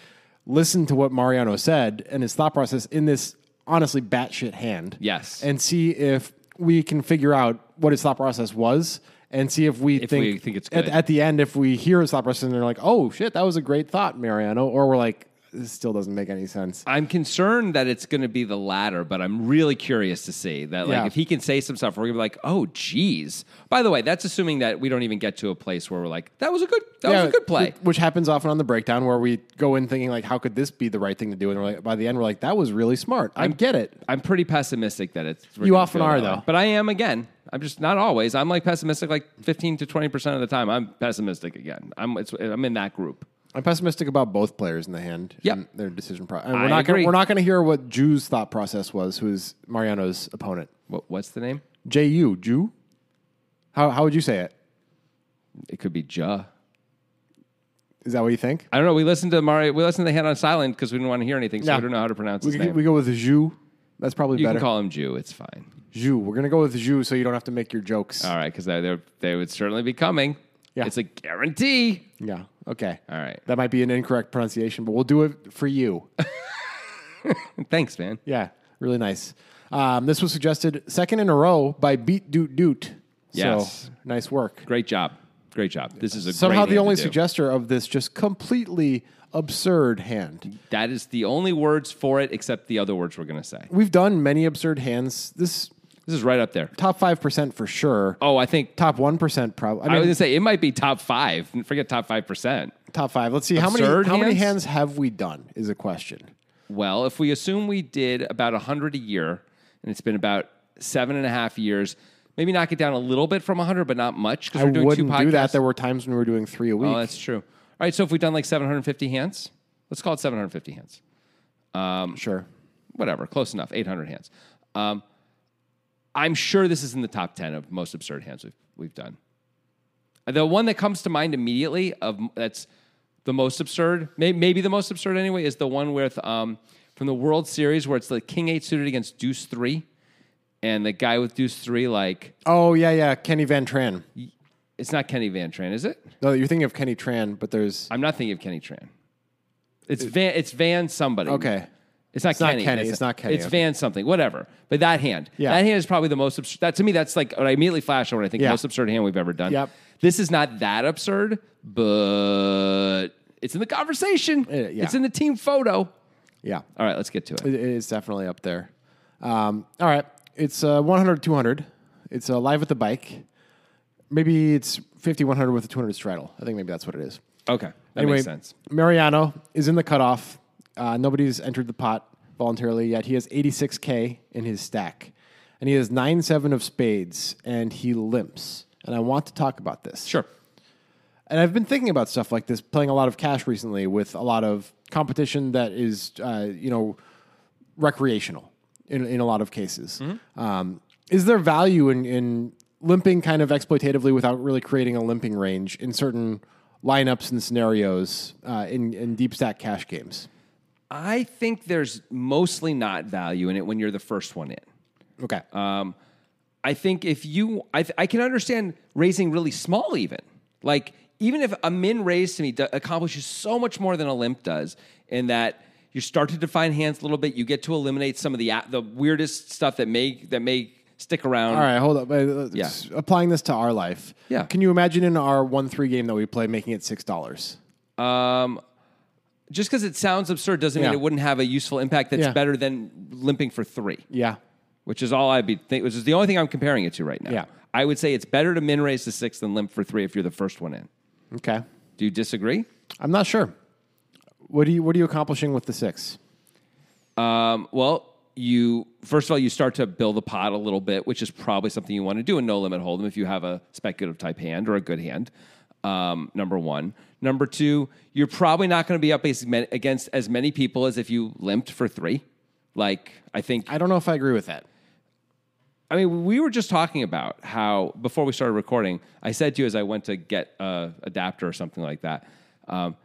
S1: listen to what Mariano said and his thought process in this honestly batshit hand.
S2: Yes.
S1: And see if we can figure out what his thought process was and see if we think,
S2: we think it's
S1: at,
S2: good.
S1: at the end, if we hear his thought process and they're like, oh shit, that was a great thought, Mariano. Or we're like, this still doesn't make any sense.
S2: I'm concerned that it's going to be the latter, but I'm really curious to see that, like,
S1: Yeah.
S2: if he can say some stuff, we're going to be like, "Oh, geez." By the way, that's assuming that we don't even get to a place where we're like, "That was a good, that was a good play."
S1: wh- Which happens often on the breakdown where we go in thinking like, how could this be the right thing to do? And we're like, by the end, we're like, that was really smart. I get it.
S2: I'm pretty pessimistic that it's. we're
S1: You
S2: gonna
S1: often
S2: feel
S1: are,
S2: that way.
S1: though.
S2: but I am again. I'm just not always. I'm like pessimistic, like 15 to 20 percent of the time. I'm pessimistic again. I'm it's, I'm in that group.
S1: I'm pessimistic about both players in the hand.
S2: Yep.
S1: and their decision process. We're
S2: I
S1: not gonna,
S2: agree.
S1: we're not going to hear what Jew's thought process was, who's Mariano's opponent.
S2: What, what's the name?
S1: J U Jew. How how would you say it?
S2: It could be Juh.
S1: Is that what you think?
S2: I don't know. We listened to Mario. We listened to the hand on silent because we didn't want to hear anything, so
S1: Yeah.
S2: we don't know how to pronounce
S1: We,
S2: his
S1: g-
S2: name.
S1: we go with Jew. That's probably
S2: you
S1: better.
S2: can call him Jew. It's fine.
S1: Jew. We're gonna go with Jew, so you don't have to make your jokes.
S2: All right, because they they're- they would certainly be coming.
S1: Yeah.
S2: It's a guarantee.
S1: Yeah. Okay.
S2: All right.
S1: That might be an incorrect pronunciation, but we'll do it for you.
S2: Thanks, man.
S1: Yeah, really nice. Um, this was suggested second in a row by Beat Doot Doot.
S2: Yes.
S1: So, nice work.
S2: Great job. Great job. This is a
S1: Somehow
S2: great
S1: the
S2: hand
S1: only
S2: to do.
S1: suggester of this just completely absurd hand.
S2: that is the only words for it, except the other words we're going to say.
S1: We've done many absurd hands. This
S2: This is right up there.
S1: top 5% for sure.
S2: Oh, I think
S1: Top 1% probably.
S2: I
S1: I
S2: was
S1: mean,
S2: gonna say it might be top five. Forget top five percent.
S1: top 5. Let's see how many
S2: Absurd
S1: how many hands
S2: hands?
S1: have we done is a question.
S2: Well, if we assume we did about hundred a year, and it's been about seven and a half years, maybe knock it down a little bit from hundred, but not much because
S1: I
S2: we're doing two
S1: wouldn't
S2: podcasts.
S1: do that. There were times when we were doing 3 a week.
S2: Oh, that's true. All right, so if we've done like seven hundred fifty hands, let's call it seven hundred fifty hands.
S1: sure.
S2: Whatever, close enough. Eight hundred hands. Um, I'm sure this is in the top ten of most absurd hands we've we've done. The one that comes to mind immediately of that's the most absurd, may, maybe the most absurd anyway, is the one with um, from the World Series where it's the King Eight suited against Deuce Three, and the guy with Deuce Three like
S1: Oh, yeah, yeah, Kenny Van Tran.
S2: it's not Kenny Van Tran, is it?
S1: No, you're thinking of Kenny Tran, but there's
S2: I'm not thinking of Kenny Tran. It's Van. It's Van somebody.
S1: Okay.
S2: It's not
S1: not
S2: Kenny.
S1: Kenny, it's not Kenny,
S2: It's
S1: okay.
S2: Van something. Whatever. But that hand.
S1: Yeah.
S2: That hand is probably the most absurd. That to me, that's like what I immediately flash over. I think
S1: Yeah.
S2: most absurd hand we've ever done.
S1: Yep.
S2: This is not that absurd, but it's in the conversation.
S1: Uh, yeah. Uh,
S2: It's in the team photo.
S1: yeah.
S2: All right, let's get to it.
S1: It it is definitely up there. Um, all right. It's uh, 100, 200. It's uh, live at the bike. Maybe it's 50, 100 with a 200 straddle. I think maybe that's what it is.
S2: Okay. That makes sense.
S1: Mariano is in the cutoff. Uh, nobody's entered the pot voluntarily yet. He has 86K in his stack. And he has 9 7 of spades, and he limps. And I want to talk about this.
S2: Sure.
S1: And I've been thinking about stuff like this, playing a lot of cash recently with a lot of competition that is, uh, you know, recreational in, in a lot of cases.
S2: Mm-hmm.
S1: Um, is there value in, in limping kind of exploitatively without really creating a limping range in certain lineups and scenarios uh, in, in deep stack cash games?
S2: I think there's mostly not value in it when you're the first one in.
S1: Okay.
S2: Um, I think if you, I, th- I can understand raising really small, even like even if a min raise to me do- accomplishes so much more than a limp does, in that you start to define hands a little bit, you get to eliminate some of the a- the weirdest stuff that may that may stick around.
S1: All right, hold up. Uh,
S2: Yeah.
S1: s- Applying this to our life.
S2: Yeah.
S1: Can you imagine in our 1 3 game that we play making it $6?
S2: Just because it sounds absurd doesn't
S1: Yeah.
S2: mean it wouldn't have a useful impact. That's
S1: Yeah.
S2: better than limping for three.
S1: Yeah.
S2: which is all I'd be think, which is the only thing I'm comparing it to right now.
S1: Yeah.
S2: I would say it's better to min raise to six than limp for three if you're the first one in.
S1: Okay.
S2: Do you disagree?
S1: I'm not sure. What are you What are you accomplishing with the six?
S2: Um, well, you first of all you start to build the pot a little bit, which is probably something you want to do in no limit hold'em if you have a speculative type hand or a good hand. Um, number one, number two, you're probably not going to be up as ma- against as many people as if you limped for three. Like I think
S1: I don't know if I agree with that.
S2: I mean, we were just talking about how before we started recording, I said to you as I went to get a adapter or something like that, um,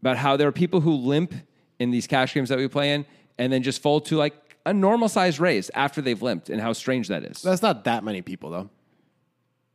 S2: about how there are people who limp in these cash games that we play in and then just fold to like a normal size raise after they've limped and how strange that is.
S1: That's not that many people, though.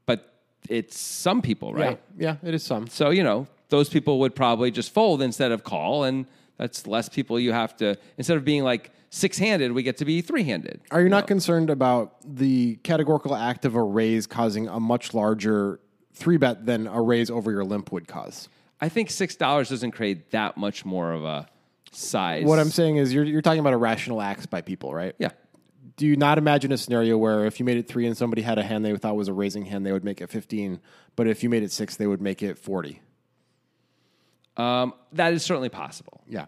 S2: but it's some people, right?
S1: Yeah, yeah, it is some.
S2: So, you know, those people would probably just fold instead of call. And that's less people you have to, instead of being like six handed, we get to be three handed.
S1: Are you not concerned about the categorical act of a raise causing a much larger three bet than a raise over your limp would cause?
S2: I think $6 doesn't create that much more of a size.
S1: What I'm saying is you're, you're talking about irrational acts by people, right?
S2: Yeah.
S1: Do you not imagine a scenario where if you made it three and somebody had a hand they thought was a raising hand, they would make it 15, but if you made it six, they would make it 40?
S2: Um, that is certainly possible.
S1: Yeah.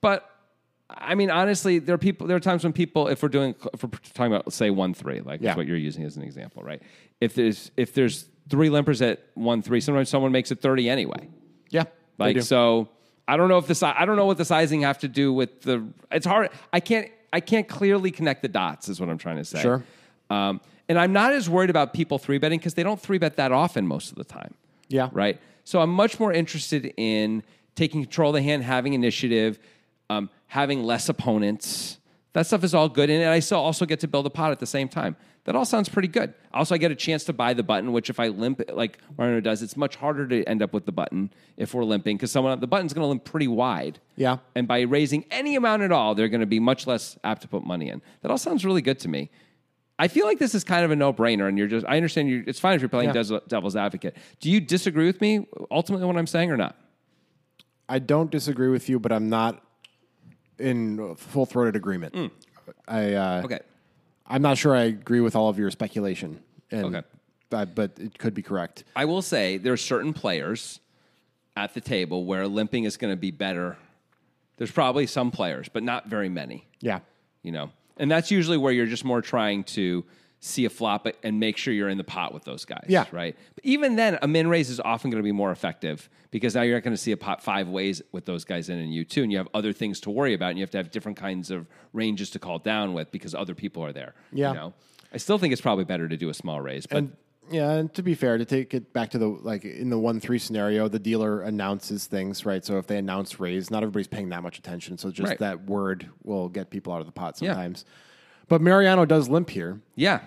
S2: But I mean, honestly, there are people. There are times when people, if we're doing, if we're talking about, say, one three, like
S1: Yeah.
S2: is what you're using as an example, right? If there's if there's three limpers at one three, sometimes someone makes it thirty anyway.
S1: Yeah. they
S2: Like
S1: do.
S2: so, I don't know if the si- I don't know what the sizing have to do with the. It's hard. I can't. I can't clearly connect the dots. Is what I'm trying to say.
S1: Sure.
S2: Um, and I'm not as worried about people three betting because they don't three bet that often most of the time.
S1: Yeah.
S2: Right. So I'm much more interested in taking control of the hand, having initiative, um, having less opponents. That stuff is all good, and I still also get to build a pot at the same time. That all sounds pretty good. Also, I get a chance to buy the button, which if I limp like Marino does, it's much harder to end up with the button if we're limping because someone the button's going to limp pretty wide.
S1: Yeah.
S2: and by raising any amount at all, they're going to be much less apt to put money in. That all sounds really good to me. I feel like this is kind of a no-brainer, and you're just—I understand you. It's fine if you're playing
S1: Yeah.
S2: des- devil's advocate. Do you disagree with me ultimately what I'm saying or not?
S1: I don't disagree with you, but I'm not in full throated agreement. I uh,
S2: Hmm. Okay.
S1: I'm not sure I agree with all of your speculation, and
S2: Okay.
S1: but, but it could be correct.
S2: I will say there are certain players at the table where limping is going to be better. There's probably some players, but not very many.
S1: Yeah,
S2: you know. And that's usually where you're just more trying to see a flop and make sure you're in the pot with those guys,
S1: Yeah.
S2: right? But even then, a min raise is often going to be more effective because now you're not going to see a pot five ways with those guys in and you too, and you have other things to worry about, and you have to have different kinds of ranges to call down with because other people are there.
S1: Yeah.
S2: you know? I still think it's probably better to do a small raise, but
S1: and yeah. And to be fair, to take it back to the like in the one three scenario, the dealer announces things, right? So if they announce raise, not everybody's paying that much attention. So just
S2: Right.
S1: that word will get people out of the pot
S2: Yeah.
S1: sometimes. But Mariano does limp here.
S2: yeah,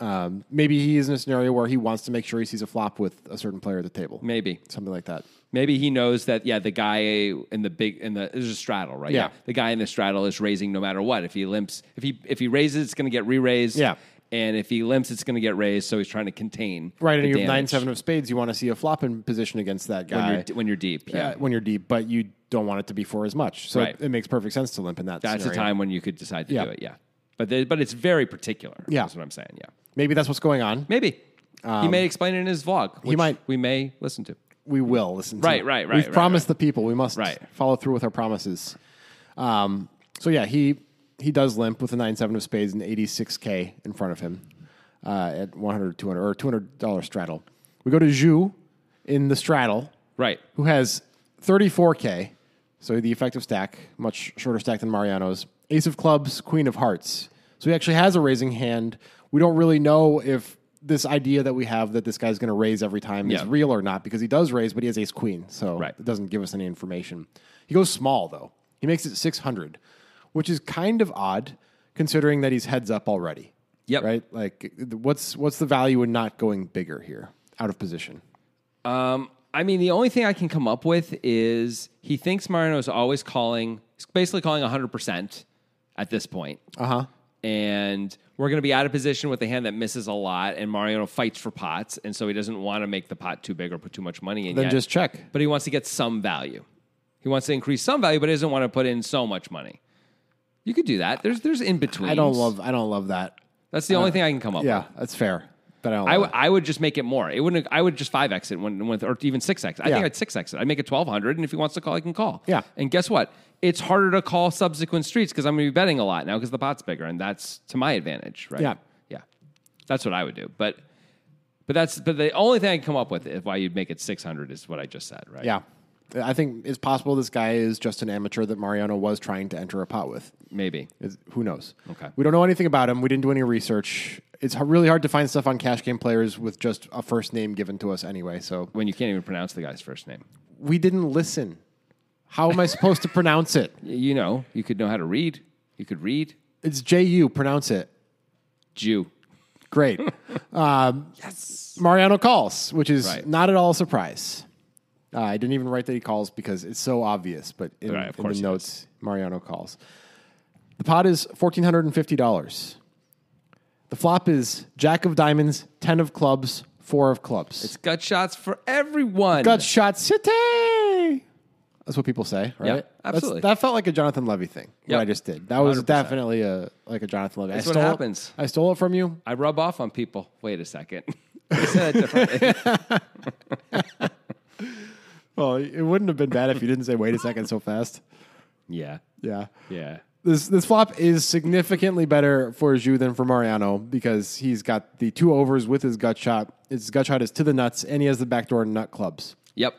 S1: Um, maybe he is in a scenario where he wants to make sure he sees a flop with a certain player at the table,
S2: maybe.
S1: something like that.
S2: Maybe he knows that yeah, the guy in the big in the there's a straddle, right?
S1: Yeah.
S2: The guy in the straddle is raising no matter what. If he limps, if he if he raises, it's gonna get re-raised.
S1: Yeah.
S2: And if he limps, it's gonna get raised, so he's trying to contain
S1: Right,
S2: the
S1: and you have nine
S2: damage
S1: seven of spades. You want to see a flop in position against that guy
S2: when you're, d- when you're deep. Yeah.
S1: uh, when you're deep, but you don't want it to be for as much. So
S2: Right.
S1: it makes perfect sense to limp in that.
S2: That's the
S1: scenario.
S2: time when you could decide to
S1: Yeah.
S2: do it, yeah. But the, but it's very particular.
S1: Yeah.
S2: That's what I'm saying. Yeah.
S1: Maybe that's what's going on.
S2: Maybe. he may explain it in his vlog. Which
S1: might.
S2: we may listen to.
S1: We will listen. To
S2: Right,
S1: it.
S2: right, right,
S1: We've
S2: right,
S1: promised the people. We must
S2: Right.
S1: follow through with our promises. Um, so yeah, he he does limp with a nine seven of spades and eighty six k in front of him uh, at 100, 200, or two hundred dollar straddle. We go to Zhu in the straddle.
S2: Right.
S1: who has 34k, so the effective stack, much shorter stack than Mariano's. Ace of clubs, queen of hearts. So he actually has a raising hand. We don't really know if this idea that we have that this guy's going to raise every time is
S2: Yeah.
S1: real or not because he does raise, but he has ace queen, so
S2: Right.
S1: it doesn't give us any information. He goes small though. He makes it 600, which is kind of odd considering that he's heads up already.
S2: Yep.
S1: Right? Like what's what's the value in not going bigger here out of position?
S2: Um, I mean, the only thing I can come up with is he thinks Marino's always calling, he's basically calling 100% at this point.
S1: Uh-huh.
S2: And we're going to be out of position with a hand that misses a lot, and Mariano fights for pots, and so he doesn't want to make the pot too big or put too much money in
S1: Then
S2: yet.
S1: just check.
S2: But he wants to get some value. He wants to increase some value, but he doesn't want to put in so much money. You could do that. There's there's in between.
S1: I don't love. I don't love that.
S2: That's the only thing I can come up with.
S1: Yeah, that's fair. But I don't.
S2: I,
S1: love
S2: w- I would just make it more. It wouldn't. I would just five exit when, when or even six exit. I
S1: Yeah.
S2: think I'd six exit. I'd make it twelve hundred, and if he wants to call, he can call.
S1: Yeah.
S2: And guess what? It's harder to call subsequent streets because I'm going to be betting a lot now because the pot's bigger, and that's to my advantage, right?
S1: Yeah.
S2: Yeah. That's what I would do, but but that's but the only thing I can come up with is why you'd make it six hundred is what I just said, right?
S1: it. yeah, I think it's possible this guy is just an amateur that Mariano was trying to enter a pot with.
S2: Maybe.
S1: Is- who knows?
S2: Okay.
S1: We don't know anything about him. We didn't do any research. It's h- really hard to find stuff on cash game players with just a first name given to us anyway. So
S2: When you can't even pronounce the guy's first name.
S1: we didn't listen. How am I supposed to pronounce it?
S2: Y- You know, you could know how to read. You could read
S1: It's J U. Pronounce it.
S2: Jew.
S1: Great. um, yes. Mariano calls, which is
S2: Right.
S1: not at all a surprise. Uh, I didn't even write that he calls because it's so obvious, but in,
S2: Right, of
S1: in
S2: course
S1: the
S2: he
S1: notes, Mariano calls. The pot is $1,450. The flop is Jack of Diamonds, 10 of Clubs, 4 of Clubs.
S2: It's gut shots for everyone.
S1: Gut shot city. That's what people say, right?
S2: Yeah,
S1: That's-
S2: absolutely.
S1: that felt like a Jonathan Levy thing.
S2: Yep.
S1: What I just did. That was
S2: 100%.
S1: definitely a like a Jonathan Levy.
S2: That's
S1: I
S2: what
S1: stole it-
S2: happens.
S1: I stole it from you.
S2: I rub off on people. Wait a second. I said it differently.
S1: Well, it wouldn't have been bad if you didn't say "wait a second so fast.
S2: yeah.
S1: Yeah.
S2: Yeah.
S1: This this flop is significantly better for Zhu than for Mariano because he's got the two overs with his gut shot. His gut shot is to the nuts, and he has the backdoor nut clubs.
S2: Yep.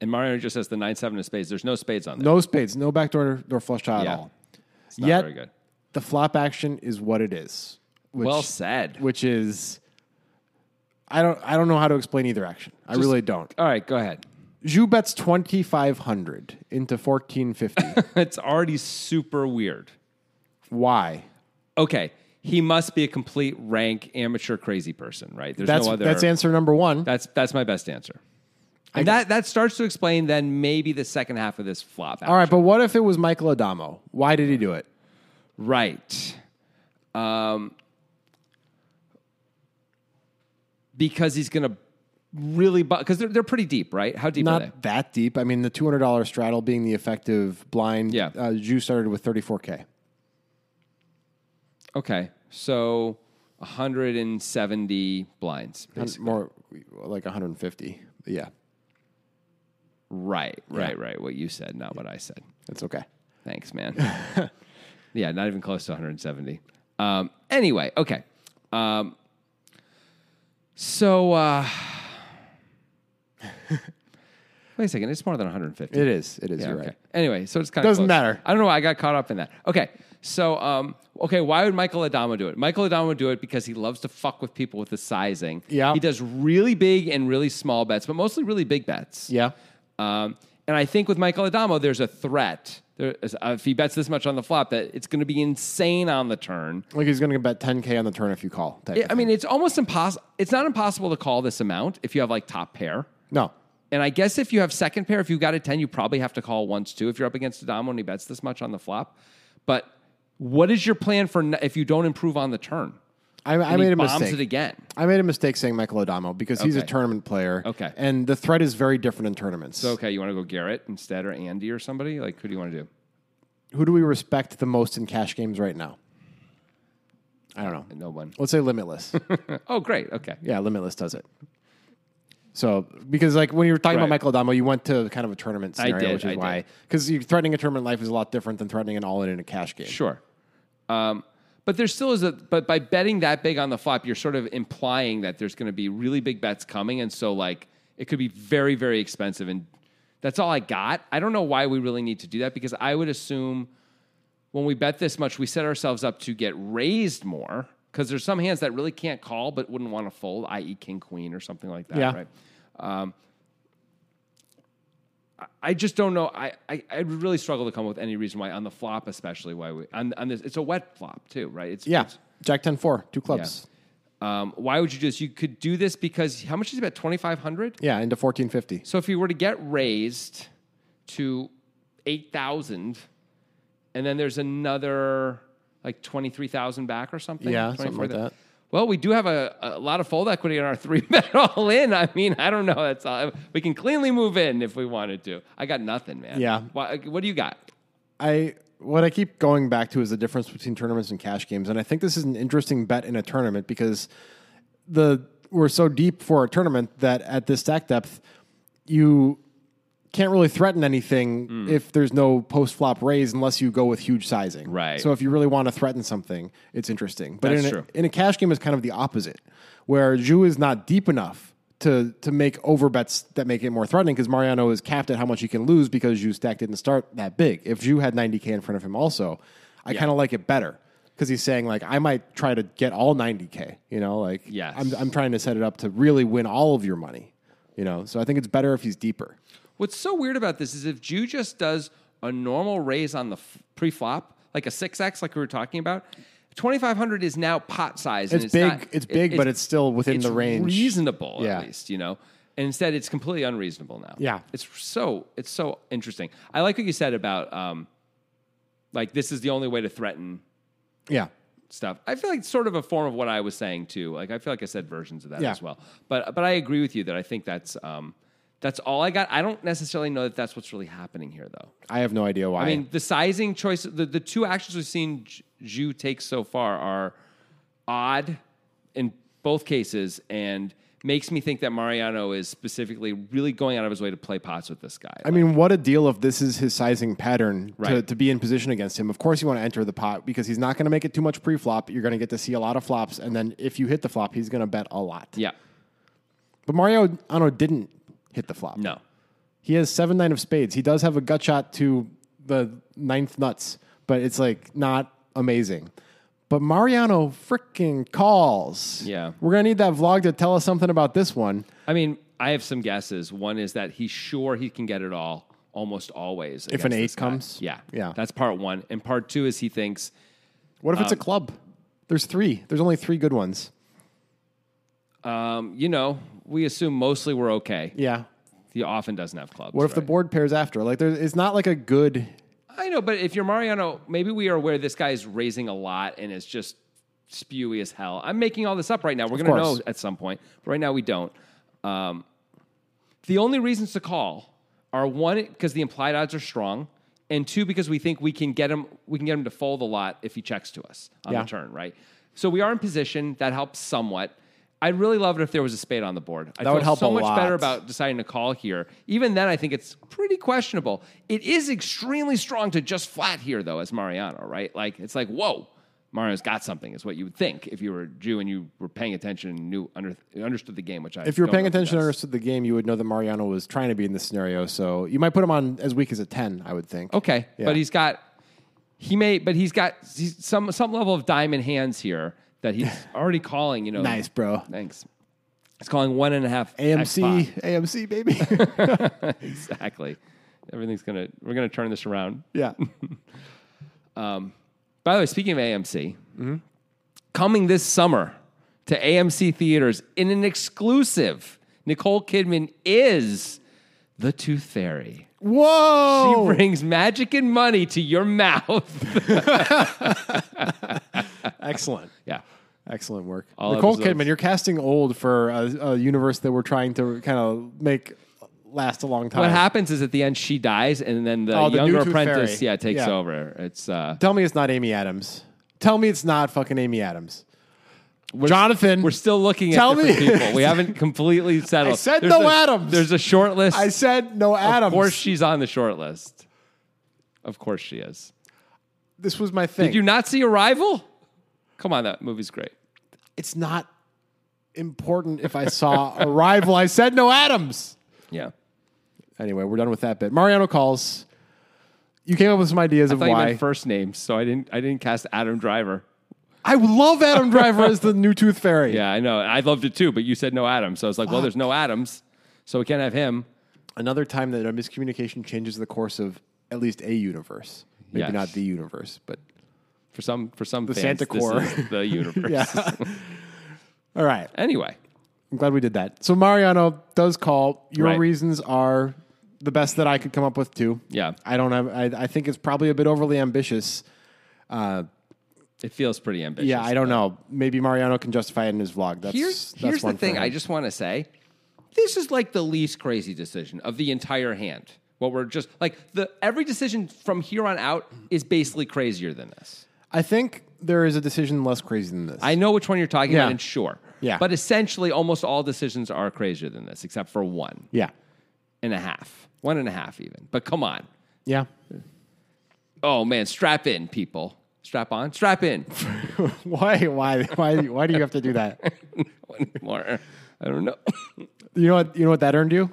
S2: And Mario just has the nine seven of spades. There's no spades on there.
S1: No spades, no backdoor or flush shot
S2: Yeah.
S1: at all.
S2: It's not
S1: Yet-
S2: very good.
S1: The flop action is what it is. which-
S2: well said.
S1: which is I don't I don't know how to explain either action. I really don't.
S2: All right, go ahead.
S1: Zhu bets twenty five hundred into fourteen fifty.
S2: it's already super weird.
S1: Why?
S2: Okay. He must be a complete rank amateur crazy person, right? There's
S1: That's
S2: no other
S1: that's answer number one.
S2: That's that's my best answer. And that, that starts to explain then maybe the second half of this flop.
S1: All right, but what if it was Michael Adamo? Why did he do it?
S2: Right. Um, because he's going to really, because they're, they're pretty deep, right? How deep are they?
S1: Not that deep. I mean, the two hundred dollar straddle being the effective blind.
S2: Yeah.
S1: uh, Zhu started with thirty four k.
S2: Okay. So 170 blinds. basically.
S1: More like one hundred and fifty. Yeah,
S2: Right, right, right. What you said, not what I said.
S1: that's okay.
S2: Thanks, man. yeah, not even close to 170. Um, anyway, okay. Um, so, uh, wait a second. It's more than 150.
S1: It is. It is.
S2: Yeah,
S1: you're
S2: okay.
S1: right.
S2: Anyway, so it's kind of
S1: Doesn't matter.
S2: I don't know why I got caught up in that. Okay, so um, okay, why would Michael Adamo do it? Michael Adamo would do it because he loves to fuck with people with the sizing.
S1: Yeah.
S2: he does really big and really small bets, but mostly really big bets.
S1: Yeah.
S2: Um, and I think with Michael Adamo, there's a threat. There is, uh, if he bets this much on the flop, that it's going to be insane on the turn.
S1: Like he's going to bet ten k on the turn if you call. type
S2: It-
S1: of
S2: I mean,
S1: thing.
S2: it's almost impossible. It's not impossible to call this amount if you have like top pair.
S1: no.
S2: And I guess if you have second pair, if you got a 10, you probably have to call once too. If you're up against Adamo and he bets this much on the flop. But what is your plan for n- if you don't improve on the turn?
S1: I, I
S2: And he
S1: made a
S2: bombs
S1: mistake.
S2: it again.
S1: I made a mistake saying Michael Adamo because he's a
S2: Okay.
S1: tournament player.
S2: Okay.
S1: And the threat is very different in tournaments. So
S2: Okay, you want to go Garrett instead or Andy or somebody? Like, who do you want to do?
S1: who do we respect the most in cash games right now? I don't know.
S2: No one.
S1: Let's say Limitless.
S2: Oh, great. Okay.
S1: yeah, Limitless does it. So because like when you were talking
S2: Right.
S1: about Michael Adamo, you went to kind of a tournament scenario,
S2: did,
S1: which is
S2: I did.
S1: why because threatening a tournament life is a lot different than threatening an all in in a cash game.
S2: Sure. Um, but there still is a, but by betting that big on the flop, you're sort of implying that there's going to be really big bets coming. And so, like, it could be very, very expensive. And that's all I got. I don't know why we really need to do that because I would assume when we bet this much, we set ourselves up to get raised more because there's some hands that really can't call but wouldn't want to fold, i.e., king, queen, or something like that.
S1: Yeah.
S2: Right. Um, I- I just don't know. I, I I would really struggle to come up with any reason why on the flop, especially why we on, on this. It's a wet flop too, right? It's
S1: Yeah.
S2: it's-
S1: Jack 10 4, two clubs.
S2: um, why would you do this? You could do this because how much is it about twenty five hundred?
S1: Yeah, into fourteen fifty.
S2: So if you were to get raised to 8,000 and then there's another like 23,000 back or something.
S1: Yeah, something like
S2: 24,000.
S1: that.
S2: Well, we do have a, a lot of fold equity in our three bet all in. I mean, I don't know. That's all. We can cleanly move in if we wanted to. I got nothing, man.
S1: Yeah.
S2: Why, what do you got?
S1: I what I keep going back to is the difference between tournaments and cash games, and I think this is an interesting bet in a tournament because the we're so deep for a tournament that at this stack depth, you can't really threaten anything if there's no post flop raise unless you go with huge sizing.
S2: Right.
S1: So if you really want to threaten something, it's interesting. But
S2: That's
S1: in a,
S2: true.
S1: in a cash game, it's kind of the opposite, where Zhu is not deep enough to to make over bets that make it more threatening because Mariano is capped at how much he can lose because Zhu stack didn't start that big. If Zhu had 90k in front of him, also, I kind of like it better. because he's saying like I might try to get all 90k. You know, like
S2: Yes.
S1: I'm I'm trying to set it up to really win all of your money. You know, so I think it's better if he's deeper.
S2: What's so weird about this is if Jew just does a normal raise on the f- pre-flop, like a six x, like we were talking about, twenty five hundred is now pot size. and
S1: It's
S2: it's not-
S1: big- it's big, but it's still within
S2: it's
S1: the range.
S2: Reasonable,
S1: Yeah.
S2: at least you know. And instead, it's completely unreasonable now.
S1: Yeah.
S2: it's so it's so interesting. I like what you said about um, like this is the only way to threaten
S1: Yeah,
S2: stuff. I feel like it's sort of a form of what I was saying too. Like I feel like I said versions of that
S1: Yeah.
S2: as well. But but I agree with you that I think that's um that's all I got. I don't necessarily know that that's what's really happening here though.
S1: I have no idea why.
S2: I mean, the sizing choice, the, the two actions we've seen J- Zhu take so far are odd in both cases and makes me think that Mariano is specifically really going out of his way to play pots with this guy.
S1: I mean, what a deal if this is his sizing pattern to,
S2: Right.
S1: to be in position against him. Of course, you want to enter the pot because he's not going to make it too much pre flop. You're going to get to see a lot of flops. And then if you hit the flop, he's going to bet a lot.
S2: yeah.
S1: But Mario Ano didn't hit the flop.
S2: No.
S1: He has seven, nine of spades. He does have a gut shot to the ninth nuts, but it's like not amazing. But Mariano freaking calls.
S2: Yeah.
S1: We're going to need that vlog to tell us something about this one.
S2: I mean, I have some guesses. One is that he's sure he can get it all almost always.
S1: If an
S2: against
S1: eight
S2: this guy.
S1: comes?
S2: Yeah.
S1: Yeah.
S2: That's part one. And part two is he thinks,
S1: What if
S2: Uh,
S1: it's a club? There's three. There's only three good ones.
S2: um, you know, we assume mostly we're okay.
S1: Yeah.
S2: He often doesn't have clubs.
S1: What if the
S2: right?
S1: board pairs after? Like, there, it's not like a good.
S2: I know, but if you're Mariano, maybe we are aware this guy's raising a lot and is just spewy as hell. I'm making all this up right now. We're going to
S1: course.
S2: know at some point. But right now, we don't. Um, the only reasons to call are one because the implied odds are strong, and two because we think we can get him. We can get him to fold a lot if he checks to us on
S1: Yeah.
S2: the turn, right? So we are in position. That helps somewhat. I'd really love it if there was a spade on the board. I
S1: That would
S2: feel
S1: help
S2: so
S1: a
S2: much
S1: lot.
S2: better about uh, deciding to call here. Even then, I think it's pretty questionable. It is extremely strong to just flat here, though, as Mariano, right? Like, it's like, whoa, Mario's got something, is what you would think if you were a Jew and you were paying attention and knew, under, understood the game, which I
S1: If you were
S2: don't
S1: paying
S2: know he
S1: attention and
S2: does.
S1: understood the game, you would know that Mariano was trying to be in this scenario. So you might put him on as weak as a 10, I would think.
S2: Okay,
S1: Yeah.
S2: but he's got he may, but he's got he's some some level of diamond hands here that he's already calling. You know,
S1: Nice, bro.
S2: Thanks. He's calling one and a half X
S1: AMC,
S2: pot.
S1: AMC, baby.
S2: exactly. Everything's gonna we're gonna turn this around.
S1: yeah.
S2: By the way, speaking of AMC,
S1: Mm-hmm.
S2: coming this summer to AMC theaters in an exclusive, Nicole Kidman is the Tooth Fairy. She
S1: Whoa.
S2: brings magic and money to your mouth.
S1: Excellent.
S2: yeah.
S1: Excellent work.
S2: All
S1: Nicole
S2: episodes.
S1: Kidman, you're casting old for a, a universe that we're trying to kind of make last a long time.
S2: What happens is at the end she dies, and then the
S1: Oh, the
S2: younger
S1: new Tooth
S2: apprentice,
S1: Fairy.
S2: yeah, takes
S1: Yeah.
S2: over. It's uh,
S1: Tell me it's not Amy Adams. Tell me it's not fucking Amy Adams. Jonathan.
S2: we're still looking at
S1: Tell
S2: different
S1: me-
S2: people. We haven't completely settled.
S1: I said
S2: there's
S1: no
S2: a,
S1: Adams.
S2: There's a short list.
S1: I said no Adams.
S2: Of course, she's on the short list. Of course, she is.
S1: this was my thing.
S2: Did you not see Arrival? Come on, that movie's great.
S1: it's not important if I saw Arrival. I said no Adams.
S2: Yeah,
S1: Anyway, we're done with that bit. Mariano calls. You came up with some ideas of
S2: I thought you
S1: why.
S2: meant first names, so I didn't. I didn't cast Adam Driver.
S1: I love Adam Driver as the new Tooth Fairy.
S2: Yeah, I know. I loved it too, but you said no Adam, so I was like, well, there's no Adams, so we can't have him.
S1: Another time that a miscommunication changes the course of at least a universe. Maybe
S2: Yes.
S1: not the universe, but
S2: For some, for some the fans,
S1: Santa
S2: this
S1: Corps.
S2: is the universe.
S1: all right.
S2: Anyway,
S1: I'm glad we did that. So Mariano does call. Your
S2: Right.
S1: reasons are the best that I could come up with too.
S2: Yeah.
S1: I don't have. I, I think it's probably a bit overly ambitious.
S2: it feels pretty ambitious.
S1: Yeah, I don't know. Maybe Mariano can justify it in his vlog. That's
S2: Here's,
S1: that's
S2: here's the
S1: one for
S2: thing
S1: him.
S2: I just want to say. This is like the least crazy decision of the entire hand. What we're just like the every decision from here on out is basically crazier than this.
S1: I think there is a decision less crazy than this.
S2: I know which one you're talking
S1: Yeah.
S2: about, and sure.
S1: Yeah.
S2: But essentially, almost all decisions are crazier than this, except for one
S1: yeah,
S2: and a half, one and a half even. But come on.
S1: yeah.
S2: Oh, man, strap in, people. Strap on, strap in.
S1: Why? Why? Why? Why do you have to do that?
S2: one more. I don't know.
S1: You know what? You know what that earned you?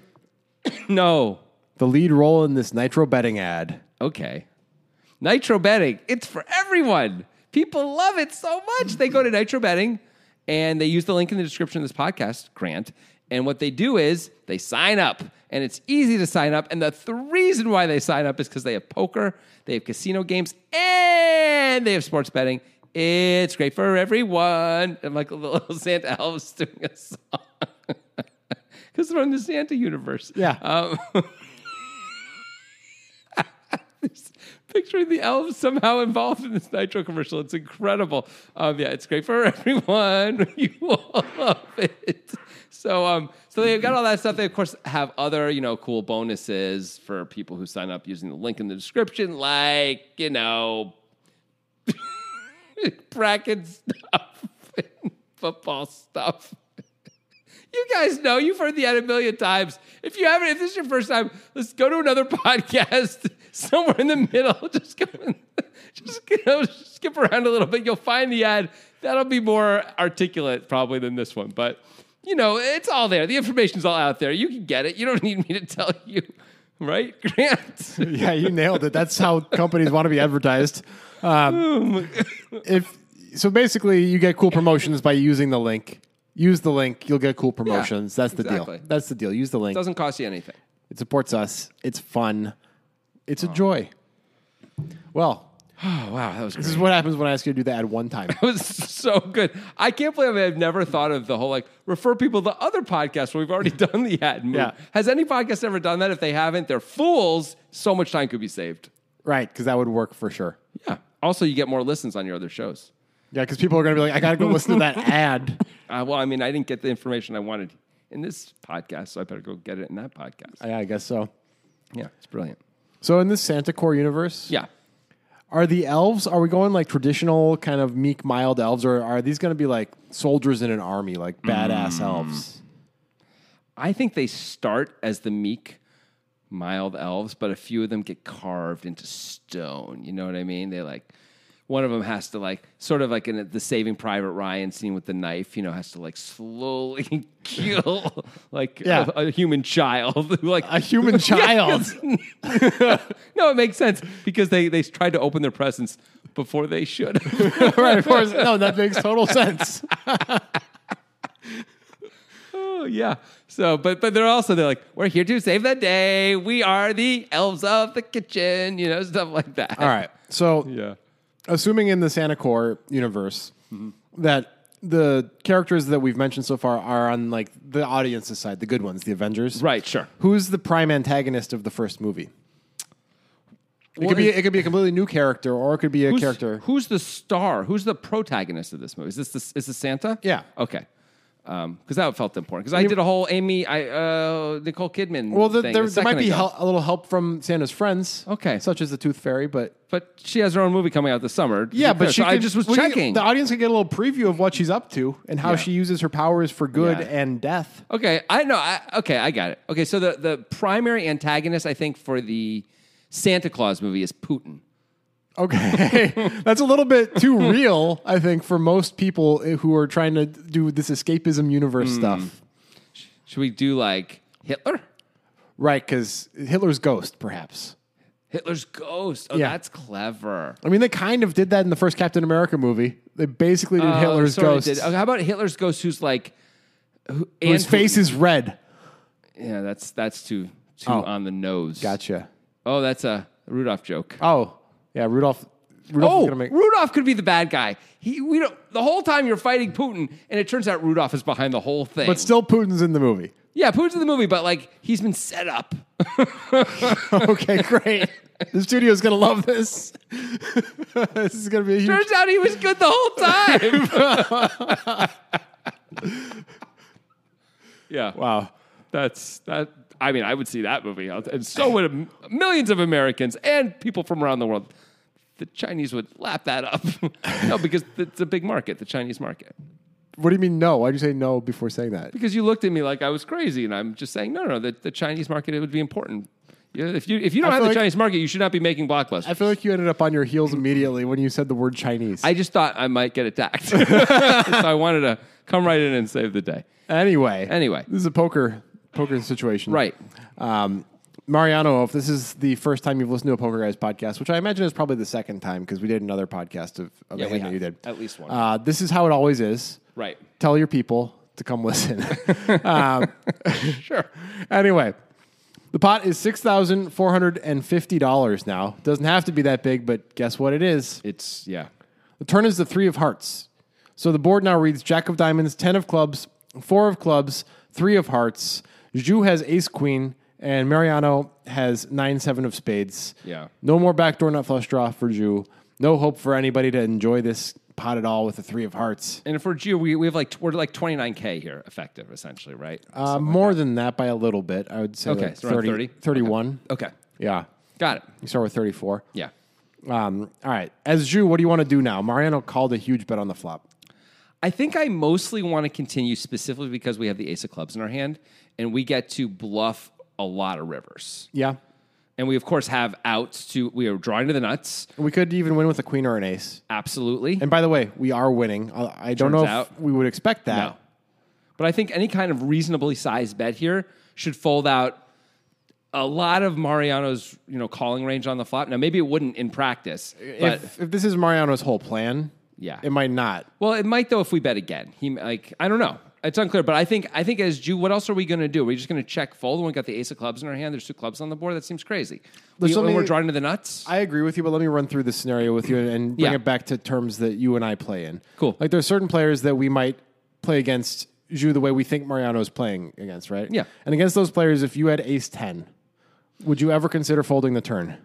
S2: no.
S1: The lead role in this Nitro betting ad.
S2: Okay. Nitro betting, it's for everyone. People love it so much. They go to Nitro Betting and they use the link in the description of this podcast, Grant. And what they do is they sign up, and it's easy to sign up. And the th- reason why they sign up is because they have poker, they have casino games, and they have sports betting. It's great for everyone. And like a little Santa Elves doing a song because they're in the Santa universe.
S1: Yeah.
S2: Um, picturing the elves somehow involved in this nitro commercial. It's incredible. Um, yeah, it's great for everyone. you will love it. So, um, so they've got all that stuff. They of course have other, you know, cool bonuses for people who sign up using the link in the description, like you know, bracket stuff, football stuff. You guys know you've heard the ad a million times. If you haven't, if this is your first time, let's go to another podcast somewhere in the middle. Just go, and, just you know, skip around a little bit. You'll find the ad. That'll be more articulate probably than this one, but you know, it's all there. The information's all out there. You can get it. You don't need me to tell you, right, Grant?
S1: Yeah, you nailed it. That's how companies want to be advertised. Um, if so, basically, you get cool promotions by using the link. Use the link, you'll get cool promotions. That's the
S2: exactly.
S1: deal. That's the deal. Use the link.
S2: Doesn't cost you anything.
S1: It supports us. It's fun. It's a joy. Well,
S2: Oh wow, that was great.
S1: this is what happens when I ask you to do the ad one time.
S2: It was so good. I can't believe I've never thought of the whole like refer people to other podcasts where we've already done the ad. move.
S1: Yeah.
S2: Has any podcast ever done that? If they haven't, they're fools. So much time could be saved.
S1: right, because that would work for sure.
S2: Yeah. Also, you get more listens on your other shows.
S1: Yeah, because people are going to be like, I got to go listen to that ad.
S2: Uh, well, I mean, I didn't get the information I wanted in this podcast, so I better go get it in that podcast.
S1: Yeah, I guess so.
S2: Yeah, it's brilliant.
S1: So, in this Santa Core universe,
S2: Yeah.
S1: are the elves, are we going like traditional kind of meek, mild elves, or are these going to be like soldiers in an army, like badass elves?
S2: I think they start as the meek, mild elves, but a few of them get carved into stone. You know what I mean? They like one of them has to like sort of like in the Saving Private Ryan scene with the knife. You know, has to like slowly kill like
S1: Yeah.
S2: a, a human child. who, like
S1: A human child.
S2: no, it makes sense because they they tried to open their presents before they should.
S1: right, of course. No, that makes total sense.
S2: Oh, yeah. So, but but they're also they're like we're here to save the day. We are the elves of the kitchen. You know, stuff like that.
S1: All right. So,
S2: Yeah.
S1: assuming in the Santa Core universe
S2: Mm-hmm.
S1: that the characters that we've mentioned so far are on like the audience's side, the good ones, the Avengers.
S2: Right. Sure.
S1: Who's the prime antagonist of the first movie? It could be it could be a completely new character, or it could be a
S2: Who's,
S1: character.
S2: Who's the star? Who's the protagonist of this movie? Is this the, is this Santa?
S1: Yeah.
S2: Okay. Because that felt important. Because I did a whole Amy, I uh, Nicole Kidman.
S1: Well, th-
S2: thing
S1: there,
S2: a
S1: there might
S2: second
S1: be
S2: ago.
S1: hel- a little help from Santa's friends,
S2: Okay.
S1: such as the Tooth Fairy. But
S2: but she has her own movie coming out this summer. to be
S1: yeah, but
S2: clear.
S1: she
S2: so I
S1: could-
S2: just was
S1: we could-
S2: checking.
S1: the audience could get a little preview of what she's up to and how
S2: Yeah.
S1: she uses her powers for good
S2: Yeah.
S1: and death.
S2: Okay, I know. I, okay, I got it. Okay, so the, the primary antagonist, I think, for the Santa Claus movie is Putin.
S1: Okay, that's a little bit too real, I think, for most people eh, who are trying to do this escapism universe
S2: Hmm.
S1: stuff.
S2: Should we do like Hitler?
S1: Right, because Hitler's ghost, perhaps.
S2: Hitler's ghost. Oh,
S1: Yeah.
S2: that's clever.
S1: I mean, they kind of did that in the first Captain America movie. They basically did Hitler's
S2: Oh, Sorta
S1: ghost.
S2: did- Okay, how about Hitler's ghost? Who's like who,
S1: His
S2: and
S1: face is red.
S2: Who, yeah, that's that's too too
S1: Oh.
S2: on the nose.
S1: Gotcha.
S2: Oh, that's a Rudolph joke.
S1: Oh, yeah, Rudolph. Rudolph is
S2: Oh,
S1: gonna make.
S2: Rudolph could be the bad guy. He, we don't. The whole time you're fighting Putin, and it turns out Rudolph is behind the whole thing.
S1: But still, Putin's in the movie.
S2: yeah, Putin's in the movie, but like he's been set up.
S1: Okay, great. the studio's gonna love this. this is gonna be a huge.
S2: Turns out he was good the whole time. yeah.
S1: Wow.
S2: That's that. I mean, I would see that movie, and so would m- millions of Americans and people from around the world. The Chinese would lap that up. no, because it's a big market, the Chinese market.
S1: What do you mean no? Why'd you say no before saying that?
S2: Because you looked at me like I was crazy, and I'm just saying, no, no, the, the Chinese market it would be important. You know, If you if you don't
S1: I
S2: have
S1: feel
S2: the
S1: like-
S2: Chinese market, you should not be making blockbusters.
S1: I feel like you ended up on your heels immediately when you said the word Chinese.
S2: I just thought I might get attacked, so I wanted to come right in and save the day.
S1: anyway.
S2: Anyway.
S1: This is a poker poker situation.
S2: Right.
S1: Um, Mariano, if this is the first time you've listened to a Poker Guys podcast, which I imagine is probably the second time because we did another podcast of, of
S2: Yeah,
S1: a
S2: we
S1: hand that
S2: have.
S1: you did.
S2: At least one.
S1: Uh, this is how it always is.
S2: Right.
S1: Tell your people to come listen.
S2: Sure.
S1: anyway, the pot is $6,450 now. Doesn't have to be that big, but guess what it is?
S2: It's yeah.
S1: The turn is the three of hearts. So the board now reads Jack of diamonds, ten of clubs, four of clubs, three of hearts. Zhu has ace queen, and Mariano has nine seven of spades.
S2: Yeah.
S1: No more backdoor nut flush draw for Zhu. No hope for anybody to enjoy this pot at all with the three of hearts.
S2: And if we're Jew, we, we have like we're like 29k here, effective essentially, right?
S1: Uh, more than that by a little bit. I would say
S2: Okay,
S1: like
S2: so around
S1: 30,
S2: 30?
S1: 31.
S2: okay,
S1: Yeah.
S2: got it.
S1: You start with 34.
S2: Yeah,
S1: Um, all right. As Zhu, what do you want to do now? Mariano called a huge bet on the flop.
S2: I think I mostly want to continue specifically because we have the ace of clubs in our hand, and we get to bluff a lot of rivers,
S1: Yeah.
S2: and we of course have outs to. We are drawing to the nuts,
S1: We could even win with a queen or an ace.
S2: absolutely.
S1: And by the way, we are winning. I I don't
S2: Turns
S1: know if
S2: out-
S1: we would expect that.
S2: No. But I think any kind of reasonably sized bet here should fold out a lot of Mariano's, you know, calling range on the flop. Now maybe it wouldn't in practice, but
S1: If, if this is Mariano's whole plan,
S2: Yeah.
S1: it might not.
S2: well, it might though if we bet again. He like I don't know. It's unclear, but I think I think as Jew, what else are we going to do? Are we just going to check fold when we got the ace of clubs in our hand? There's two clubs on the board. That seems crazy. We,
S1: There's so
S2: when we're
S1: many-
S2: drawing to the nuts.
S1: I agree with you, but let me run through this scenario with you and- and bring
S2: Yeah.
S1: it back to terms that you and I play in.
S2: Cool.
S1: Like there's certain players that we might play against Zhu the way we think Mariano is playing against, right?
S2: Yeah.
S1: And against those players, if you had ace 10, would you ever consider folding the turn?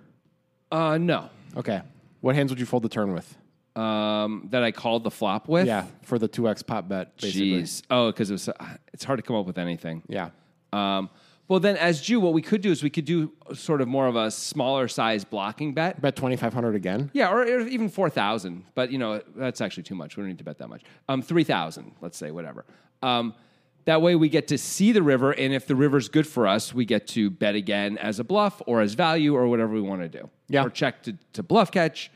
S2: uh, no,
S1: Okay. What hands would you fold the turn with?
S2: um, that I called the flop with.
S1: Yeah, for the 2x pot bet, basically.
S2: Jeez. Oh, because it was. It's hard to come up with anything.
S1: Yeah.
S2: Um, well, then, as Jew, what we could do is we could do sort of more of a smaller size blocking bet.
S1: Bet 2,500 again?
S2: Yeah, or, or even 4,000. But, you know, that's actually too much. We don't need to bet that much. Um, 3,000, let's say, whatever. Um, that way we get to see the river. And if the river's good for us, we get to bet again as a bluff or as value or whatever we want to do.
S1: Yeah.
S2: Or check to, to bluff catch.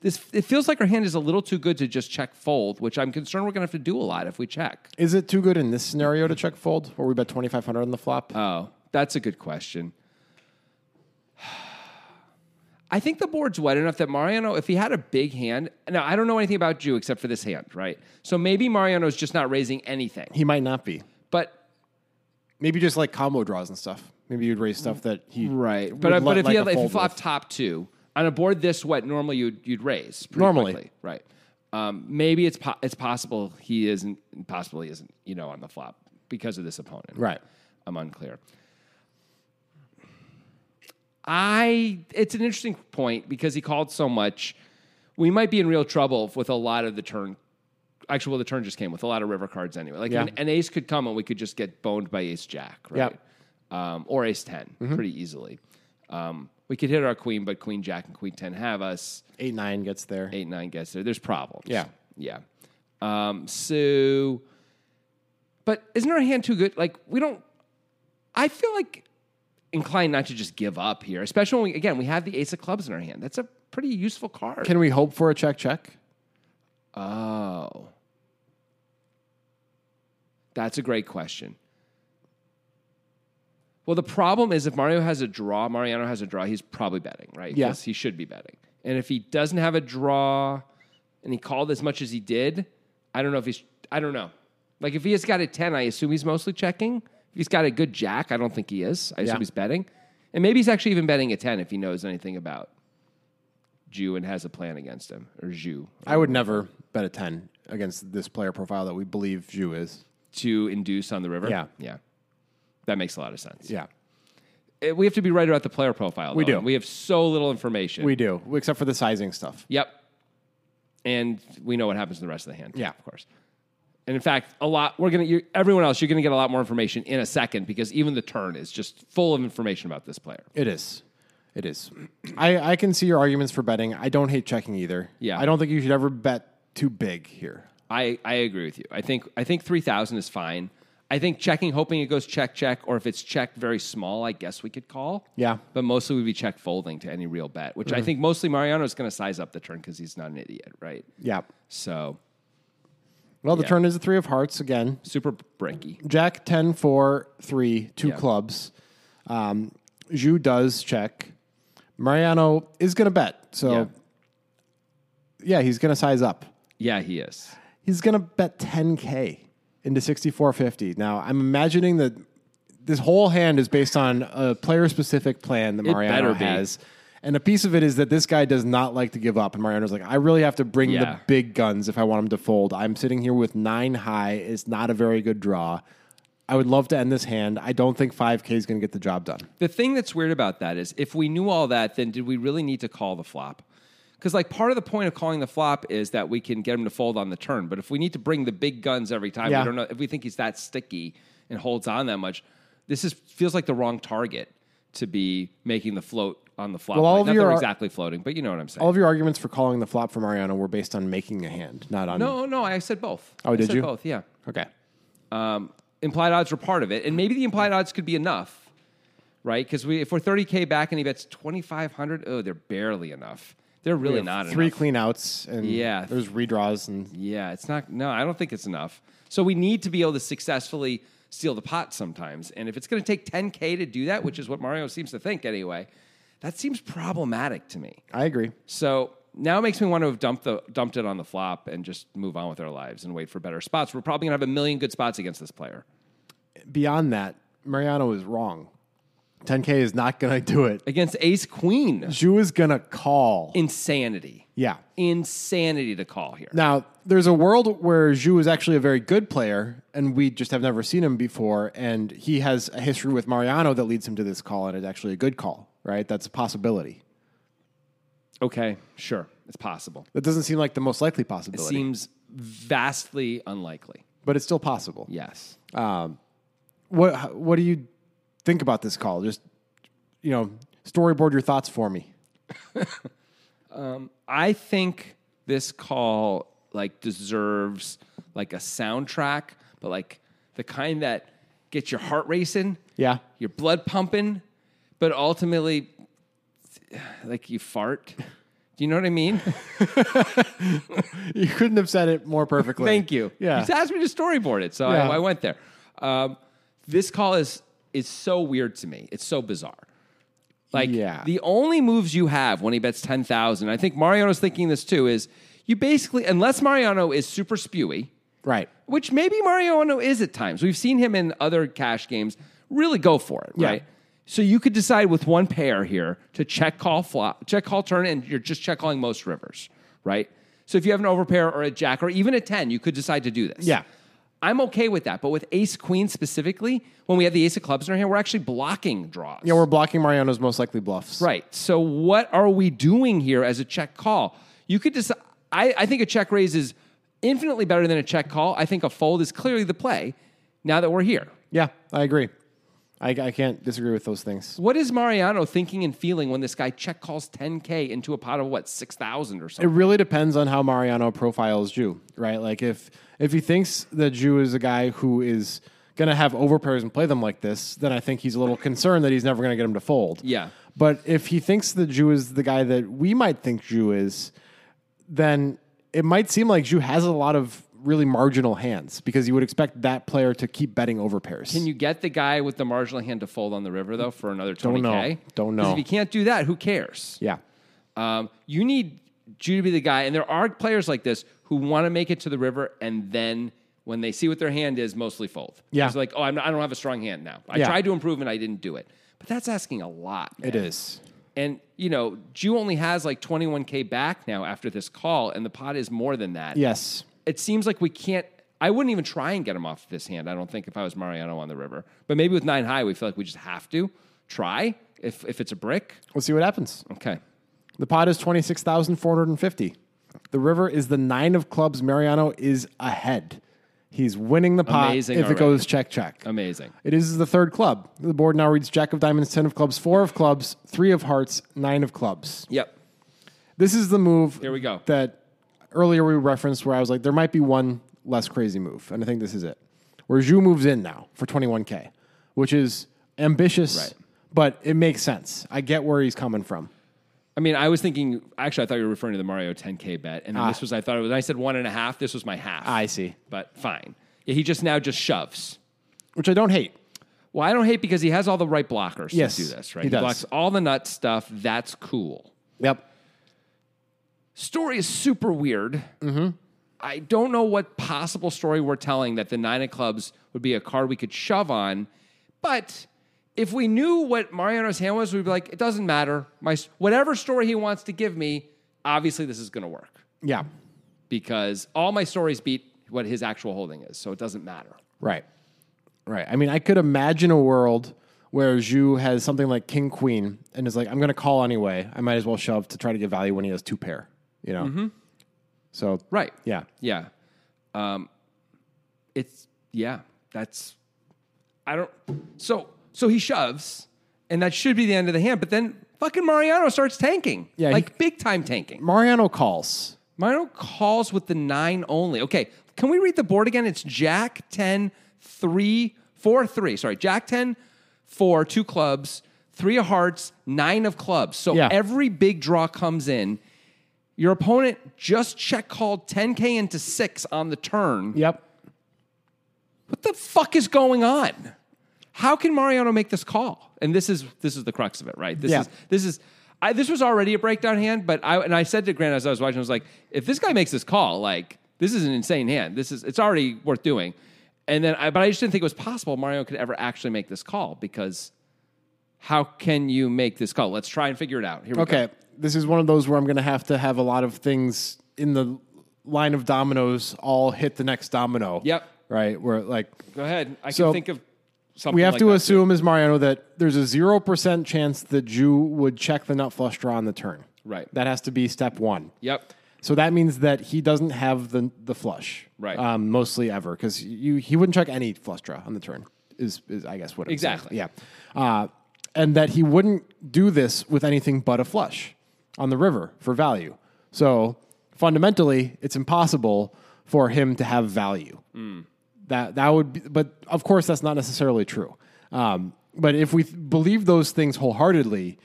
S2: This, it feels like our hand is a little too good to just check fold, which I'm concerned we're going to have to do a lot if we check.
S1: Is it too good in this scenario to check fold where we bet 2,500 on the flop?
S2: Oh, that's a good question. I think the board's wet enough that Mariano, if he had a big hand, now I don't know anything about Jew except for this hand, right? So maybe Mariano's just not raising anything.
S1: he might not be.
S2: But
S1: Maybe just like combo draws and stuff. Maybe you'd raise stuff that he.
S2: right,
S1: would
S2: but uh,
S1: let,
S2: but if
S1: like,
S2: he
S1: a
S2: had, if he
S1: fold
S2: flopped
S1: with.
S2: top two on a board this wet, normally you'd you'd raise pretty
S1: Normally.
S2: quickly, right? Um, maybe it's po- it's possible he isn't, possible he isn't, you know, on the flop because of this opponent,
S1: Right.
S2: I'm unclear. I it's an interesting point because he called so much. We might be in real trouble with a lot of the turn. Actually, well, the turn just came with a lot of river cards anyway. Like
S1: Yeah.
S2: an, an ace could come and we could just get boned by ace jack, right? Um, or ace 10 pretty easily. Um, we could hit our queen, but queen jack and queen ten have us.
S1: Eight nine gets there.
S2: Eight nine gets there. There's problems.
S1: Yeah.
S2: yeah. Um, so, but isn't our hand too good? Like we don't. I feel like inclined not to just give up here, especially when we, again we have the ace of clubs in our hand. That's a pretty useful card.
S1: Can we hope for a check check?
S2: oh, that's a great question. Well, the problem is if Mario has a draw, Mariano has a draw, he's probably betting, right?
S1: Yeah.
S2: 'Cause he should be betting. And if he doesn't have a draw and he called as much as he did, I don't know if he's, I don't know. Like if he has got a 10, I assume he's mostly checking. If he's got a good jack, I don't think he is. I assume
S1: Yeah.
S2: he's betting. And maybe he's actually even betting a 10 if he knows anything about Jew and has a plan against him or Jew
S1: I would never bet a ten against this player profile that we believe Zhu is.
S2: to induce on the river.
S1: Yeah.
S2: Yeah. That makes a lot of sense.
S1: Yeah,
S2: Eh, We have to be right about the player profile.
S1: We
S2: though,
S1: do.
S2: and We have so little information.
S1: we do, except for the sizing stuff.
S2: Yep. And we know what happens in the rest of the hand.
S1: Yeah.
S2: of course. And in fact, a lot we're gonna you everyone else you're gonna get a lot more information in a second because even the turn is just full of information about this player.
S1: It is, it is. I I can see your arguments for betting. I don't hate checking either.
S2: Yeah.
S1: I don't think you should ever bet too big here.
S2: I, I agree with you. I think I think three thousand is fine. I think checking, hoping it goes check check, or if it's checked very small, I guess we could call.
S1: Yeah.
S2: but mostly we'd be check folding to any real bet, which I think mostly Mariano's going to size up the turn because he's not an idiot, right?
S1: Yeah.
S2: So
S1: Well, the
S2: Yeah.
S1: turn is a three of hearts again.
S2: super bricky.
S1: Jack 10 4 3 2
S2: Yeah.
S1: clubs. Um, Zhu does check. Mariano is going to bet. So,
S2: Yeah.
S1: yeah, he's going to size up.
S2: Yeah, he is.
S1: He's going to bet 10K into 6450. Now, I'm imagining that this whole hand is based on a player specific plan that Mariano
S2: better be.
S1: has. And a piece of it is that this guy does not like to give up. And Mariano's like, I really have to bring
S2: Yeah.
S1: the big guns if I want him to fold. I'm sitting here with nine high. It's not a very good draw. I would love to end this hand. I don't think 5K is going to get the job done.
S2: The thing that's weird about that is if we knew all that, then did we really need to call the flop? Because like part of the point of calling the flop is that we can get him to fold on the turn. But if we need to bring the big guns every time,
S1: Yeah.
S2: we don't know if we think he's that sticky and holds on that much. This is feels like the wrong target to be making the float on the flop.
S1: Well, all
S2: Like,
S1: of
S2: Not that
S1: your-
S2: we're exactly floating, but you know what I'm saying.
S1: All of your arguments for calling the flop for Mariano were based on making a hand, not on.
S2: no, no, I said both.
S1: Oh,
S2: I
S1: did
S2: said
S1: you?
S2: Both, yeah.
S1: Okay.
S2: um, implied odds were part of it, and maybe the implied odds could be enough, right? Because we, if we're thirty k back and he bets twenty five hundred, oh, they're barely enough. They're really not
S1: Three
S2: enough.
S1: clean outs and
S2: Yeah.
S1: there's redraws and
S2: yeah, it's not. No, I don't think it's enough. So we need to be able to successfully steal the pot sometimes, and if it's going to take ten k to do that, which is what Mario seems to think anyway, that seems problematic to me.
S1: I agree.
S2: So now it makes me want to have dumped the dumped it on the flop and just move on with our lives and wait for better spots. We're probably going to have a million good spots against this player.
S1: Beyond that, Mariano is wrong. 10K is not going to do it.
S2: Against ace queen.
S1: Zhu is going to call.
S2: insanity.
S1: yeah.
S2: Insanity to call here.
S1: Now, there's a world where Zhu is actually a very good player, and we just have never seen him before. And he has a history with Mariano that leads him to this call, and it's actually a good call, right? That's a possibility.
S2: Okay, sure. It's possible.
S1: That doesn't seem like the most likely
S2: It
S1: possibility,
S2: seems vastly unlikely.
S1: but it's still possible.
S2: Yes.
S1: what how- what do you think about this call? Just you know, storyboard your thoughts for me.
S2: I think this call like deserves like a soundtrack, but like the kind that gets your heart racing,
S1: Yeah.
S2: your blood pumping, but ultimately like you fart. Do you know what I mean?
S1: You couldn't have said it more perfectly.
S2: Thank you.
S1: Yeah.
S2: You just asked me to storyboard it, so
S1: Yeah.
S2: I, I went there. Um, this call is is so weird to me. It's so bizarre. Like
S1: Yeah.
S2: the only moves you have when he bets ten thousand, I think Mariano's thinking this too, is you basically unless Mariano is super spewy,
S1: Right.
S2: which maybe Mariano is at times. We've seen him in other cash games really go for it,
S1: Yeah.
S2: right? So you could decide with one pair here to check call flop, check call turn, and you're just check calling most rivers, right? So if you have an overpair or a jack or even a 10, you could decide to do this.
S1: Yeah.
S2: I'm okay with that. But with ace queen specifically, when we have the ace of clubs in our hand, we're actually blocking draws.
S1: Yeah, we're blocking Mariano's most likely bluffs.
S2: Right. So what are we doing here as a check call? You could decide. I, I think a check raise is infinitely better than a check call. I think a fold is clearly the play. Now that we're here,
S1: Yeah, I agree. I, I can't disagree with those things.
S2: what is Mariano thinking and feeling when this guy check calls 10k into a pot of what six thousand or
S1: It
S2: something?
S1: really depends on how Mariano profiles Jew, right? Like if if he thinks that Jew is a guy who is going to have overpairs and play them like this, then I think he's a little concerned that he's never going to get him to fold.
S2: Yeah.
S1: But if he thinks that Jew is the guy that we might think Jew is, then it might seem like Jew has a lot of really marginal hands because you would expect that player to keep betting overpairs.
S2: Can you get the guy with the marginal hand to fold on the river though for another 20k?
S1: know. Don't
S2: 'Cause
S1: know.
S2: If you can't do that, who cares?
S1: yeah.
S2: Um, you need Jew to be the guy, and there are players like this who want to make it to the river, and then when they see what their hand is, mostly fold.
S1: Yeah.
S2: it's like, oh, I'm not, I don't have a strong hand now. I
S1: Yeah.
S2: tried to improve, and I didn't do it. But that's asking a lot. Man.
S1: It is.
S2: and you know, Jew only has like 21k back now after this call, and the pot is more than that.
S1: Yes.
S2: it seems like we can't. I wouldn't even try and get him off this hand. I don't think if I was Mariano on the river, but maybe with nine high, we feel like we just have to try if if it's a brick.
S1: We'll see what happens.
S2: Okay.
S1: The pot is 26,450. The river is the nine of clubs. Mariano is ahead. He's winning the pot
S2: Amazing
S1: if
S2: already.
S1: it goes check, check.
S2: Amazing.
S1: It is the third club. The board now reads Jack of Diamonds, 10 of Clubs, 4 of Clubs, 3 of Hearts, 9 of Clubs.
S2: Yep.
S1: This is the move.
S2: Here we go.
S1: That earlier we referenced where I was like, there might be one less crazy move, and I think this is it. Where Zhu moves in now for 21k, which is ambitious,
S2: Right.
S1: but it makes sense. I get where he's coming from.
S2: I mean, I was thinking. Actually, I thought you were referring to the Mario 10K bet, and then this was I thought it was. I said one and a half. This was my half.
S1: Ah. I see.
S2: but fine. Yeah, he just now just shoves.
S1: Which I don't hate.
S2: Well, I don't hate because he has all the right blockers
S1: Yes,
S2: to do this, right?
S1: he does.
S2: blocks all the nut stuff. That's cool.
S1: Yep.
S2: Story is super weird. Mm-hmm. I don't know what possible story we're telling that the nine of clubs would be a card we could shove on, but if we knew what Mariano's hand was, we'd be like, it doesn't matter. My s- whatever story he wants to give me, obviously this is going to work
S1: Yeah.
S2: because all my stories beat what his actual holding is, so it doesn't matter.
S1: Right. Right. I mean, I could imagine a world where Zhu has something like King Queen and is like, I'm going to call anyway. I might as well shove to try to get value when he has two pair, you know? So,
S2: Mm-hmm. Right.
S1: yeah.
S2: Yeah. Um, it's yeah. That's I don't. So so he shoves, and that should be the end of the hand. But then fucking Mariano starts tanking.
S1: Yeah,
S2: like
S1: he-
S2: big time tanking.
S1: Mariano calls.
S2: Mariano calls with the nine only. Okay, can we read the board again? It's Jack 10, 3, 4, 3. Sorry, Jack 10, 4, two clubs, three of hearts, nine of clubs. So
S1: Yeah.
S2: every big draw comes in. Your opponent just check called 10K into six on the turn.
S1: Yep.
S2: What the fuck is going on? How can Mariano make this call? And this is this is the crux of it, right? This
S1: Yeah.
S2: is this is I, this was already a breakdown hand, but I and I said to Grant as I was watching, I was like, if this guy makes this call, like this is an insane hand. This is it's already worth doing. And then I but I just didn't think it was possible Mario could ever actually make this call because how can you make this call? Let's try and figure it out. Here we go.
S1: Okay. This is one of those where I'm going to have to have a lot of things in the line of dominoes all hit the next domino.
S2: Yep.
S1: Right. Where, like,
S2: Go ahead. I
S1: So,
S2: can think of something.
S1: we have
S2: like
S1: to
S2: that.
S1: assume, as Mariano, that there's a 0% chance that Jew would check the nut flush draw on the turn.
S2: Right.
S1: That has to be step one.
S2: Yep.
S1: So that means that he doesn't have the the flush,
S2: Right.
S1: Um, mostly ever, because you he wouldn't check any flush draw on the turn. Is is I guess what I'm saying.
S2: Exactly.
S1: yeah, uh, and that he wouldn't do this with anything but a flush on the river for value. So fundamentally, it's impossible for him to have value.
S2: Hmm.
S1: That that would, be, but of course, that's not necessarily true. Um, but if we th- believe those things wholeheartedly,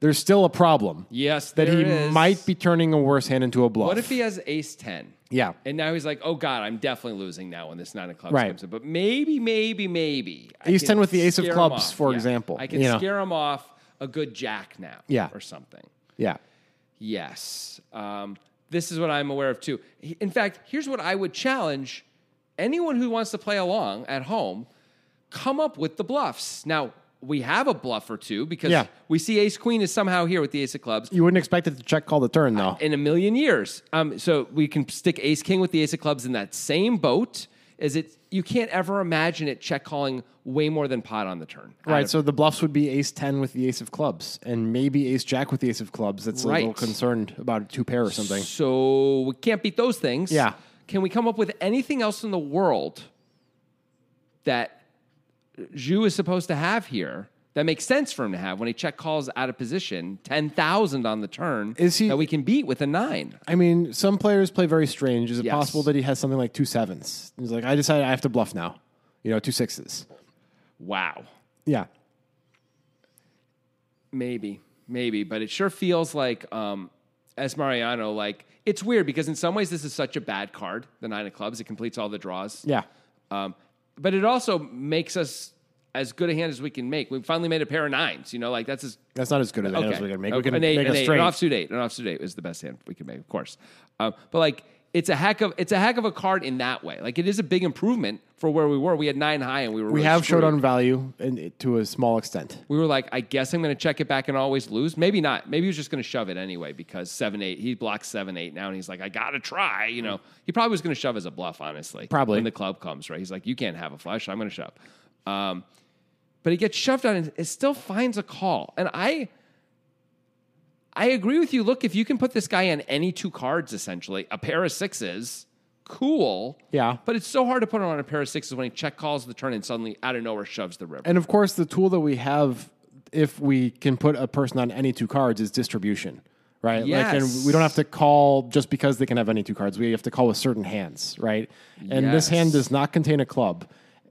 S1: there's still a problem.
S2: Yes,
S1: that he
S2: there is.
S1: might be turning a worse hand into a bluff.
S2: What if he has ace 10?
S1: Yeah.
S2: And now he's like, oh God, I'm definitely losing now when this nine of clubs
S1: Right.
S2: comes in. But maybe, maybe, maybe. I
S1: Ace
S2: can
S1: 10 with the ace of
S2: scare him
S1: clubs,
S2: off.
S1: for example,
S2: I can
S1: you know.
S2: scare him off a good jack now.
S1: Yeah.
S2: Or something.
S1: Yeah.
S2: Yes. Um, this is what I'm aware of too. He- In fact, here's what I would challenge anyone who wants to play along at home come up with the bluffs. Now, we have a bluff or two because
S1: Yeah.
S2: we see ace queen is somehow here with the ace of clubs
S1: You wouldn't expect it to check call the turn, though.
S2: in a million years. Um, so we can stick ace king with the ace of clubs in that same boat. Is it you can't ever imagine it check calling way more than pot on the turn. Out
S1: right.
S2: of-
S1: So the bluffs would be ace 10 with the ace of clubs and maybe ace jack with the ace of clubs. That's a little
S2: Right.
S1: concerned about a two pair or something.
S2: so we can't beat those things.
S1: Yeah.
S2: Can we come up with anything else in the world that Zhu is supposed to have here that makes sense for him to have when he check calls out of position, ten thousand on the turn
S1: Is he-
S2: that we can beat with a nine?
S1: I mean, some players play very strange. Is it
S2: Yes.
S1: possible that he has something like two sevens? He's like, I decided I have to bluff now. You know, two sixes.
S2: Wow.
S1: Yeah.
S2: Maybe, maybe, but it sure feels like um, as Mariano. Like it's weird because in some ways this is such a bad card, the nine of clubs. It completes all the draws.
S1: Yeah.
S2: Um, but it also makes us as good a hand as we can make. We finally made a pair of nines. You know, like that's as
S1: That's not as good as
S2: okay.
S1: as we can make.
S2: Okay,
S1: We can
S2: an eight,
S1: make
S2: an
S1: a
S2: eight,
S1: straight.
S2: An offsuit eight, an offsuit eight is the best hand we can make, of course. Um, but like it's a heck of it's a heck of a card in that way. Like it is a big improvement for where we were. We had nine high and we were
S1: we
S2: really
S1: have
S2: screwed.
S1: showed on value and it- to a small extent.
S2: we were like, I guess I'm going to check it back and always lose. Maybe not. Maybe he was just going to shove it anyway because seven eight. He blocks seven eight now, and he's like, I got to try. You know, he probably was going to shove as a bluff, honestly.
S1: Mm. Probably.
S2: when the club comes, right? He's like, you can't have a flush. I'm going to shove. Um, but he gets shoved on, and it still finds a call. And I, I agree with you. Look, if you can put this guy on any two cards, essentially a pair of sixes, cool.
S1: Yeah.
S2: But it's so hard to put him on a pair of sixes when he check calls the turn and suddenly out of nowhere shoves the river.
S1: And of course, the tool that we have, if we can put a person on any two cards, is distribution, right? Like,
S2: Yes.
S1: and we don't have to call just because they can have any two cards. We have to call with certain hands, right? And this
S2: Yes.
S1: hand does not contain a club.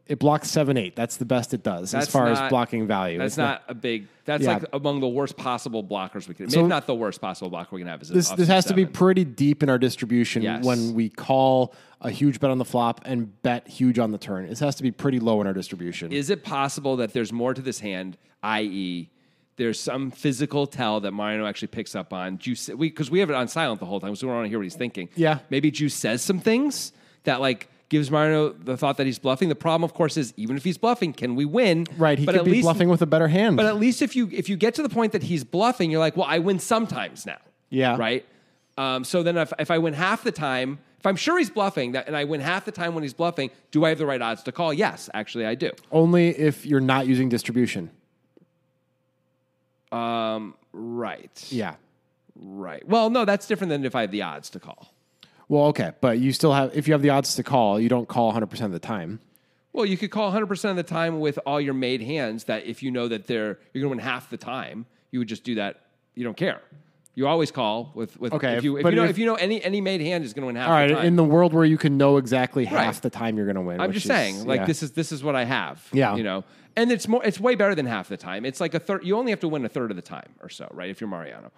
S1: It blocks seven eight. That's the best it does as
S2: That's
S1: far as
S2: not-
S1: blocking value.
S2: That's
S1: It's
S2: not, a big. That's
S1: Yeah.
S2: like among the worst possible blockers we can.
S1: So-
S2: maybe not the worst possible blocker we can have. Is
S1: this this has to be pretty deep in our distribution
S2: Yes.
S1: when we call a huge bet on the flop and bet huge on the turn. This has to be pretty low in our distribution.
S2: Is it possible that there's more to this hand? I.e., there's some physical tell that Marino actually picks up on. Juice, because we, have it on silent the whole time, so we don't want to hear what he's thinking.
S1: Yeah.
S2: maybe Juice says some things that like gives Marino the thought that he's bluffing. The problem, of course, is even if he's bluffing, can we win?
S1: right, he could be bluffing with a better hand.
S2: But at least if you if you get to the point that he's bluffing, you're like, well, I win sometimes now.
S1: Yeah.
S2: Right. Um, so then if if I win half the time, if I'm sure he's bluffing, that, and I win half the time when he's bluffing, do I have the right odds to call? Yes, actually, I do.
S1: Only if you're not using distribution.
S2: Um, Right.
S1: Yeah.
S2: Right. Well, no, that's different than if I have the odds to call.
S1: Well, okay, but you still have if you have the odds to call, you don't call 100% of the time.
S2: Well, you could call 100% of the time with all your made hands that if you know that they're you're going to win half the time, you would just do that. You don't care. You always call with with
S1: Okay,
S2: if you if
S1: but
S2: you know
S1: if-
S2: if, you know any any made hand is going to win half
S1: All right,
S2: the time.
S1: in the world where you can know exactly half
S2: Right.
S1: the time you're going to win.
S2: I'm
S1: which
S2: just
S1: is-
S2: saying, like
S1: yeah.
S2: this is this is what I have.
S1: Yeah.
S2: you know, and it's more. It's way better than half the time. It's like a third. You only have to win a third of the time or so, right? If you're Mariano,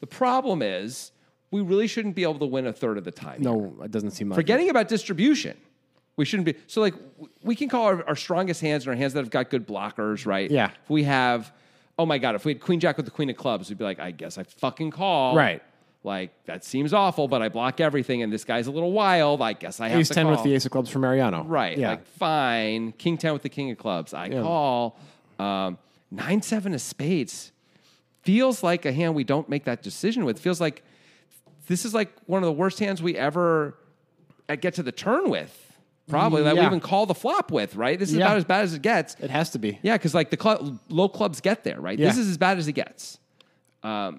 S2: the problem is we really shouldn't be able to win a third of the time.
S1: No, it doesn't seem like it.
S2: forgetting about distribution. We shouldn't be so like w- we can call our, our strongest hands and our hands that have got good blockers, right?
S1: Yeah.
S2: If we have, oh my god, if we had Queen Jack with the Queen of Clubs, we'd be like, I guess I fucking call,
S1: Right.
S2: Like that seems awful, but I block everything, and this guy's a little wild. I guess I have
S1: Ace
S2: to
S1: 10
S2: call.
S1: with the ace of clubs for Mariano.
S2: Right.
S1: Yeah.
S2: Like fine. King ten with the king of clubs. I call. Um, nine seven of spades feels like a hand we don't make that decision with. Feels like this is like one of the worst hands we ever uh, get to the turn with. Probably that we
S1: Yeah.
S2: even call the flop with. Right. This is
S1: Yeah.
S2: about as bad as it gets.
S1: it has to be.
S2: Yeah, because like the cl- low clubs get there. Right. This
S1: Yeah.
S2: is as bad as it gets.
S1: I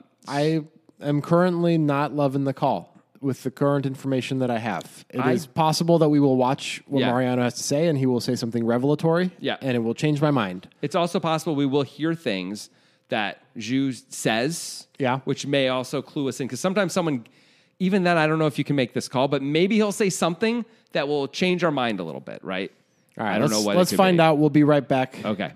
S1: am currently not loving the call with the current information that I have. It is
S2: I-
S1: possible that we will watch what
S2: Yeah.
S1: Mariano has to say and he will say something revelatory.
S2: Yeah.
S1: And it will change my mind.
S2: It's also possible we will hear things that Zhu says,
S1: Yeah.
S2: which may also clue us in. Because sometimes someone, even then, I don't know if you can make this call, but maybe he'll say something that will change our mind a little bit, right?
S1: All right.
S2: I don't
S1: let's,
S2: know what. it
S1: Let's
S2: could
S1: find
S2: be.
S1: out. We'll be right back.
S2: Okay.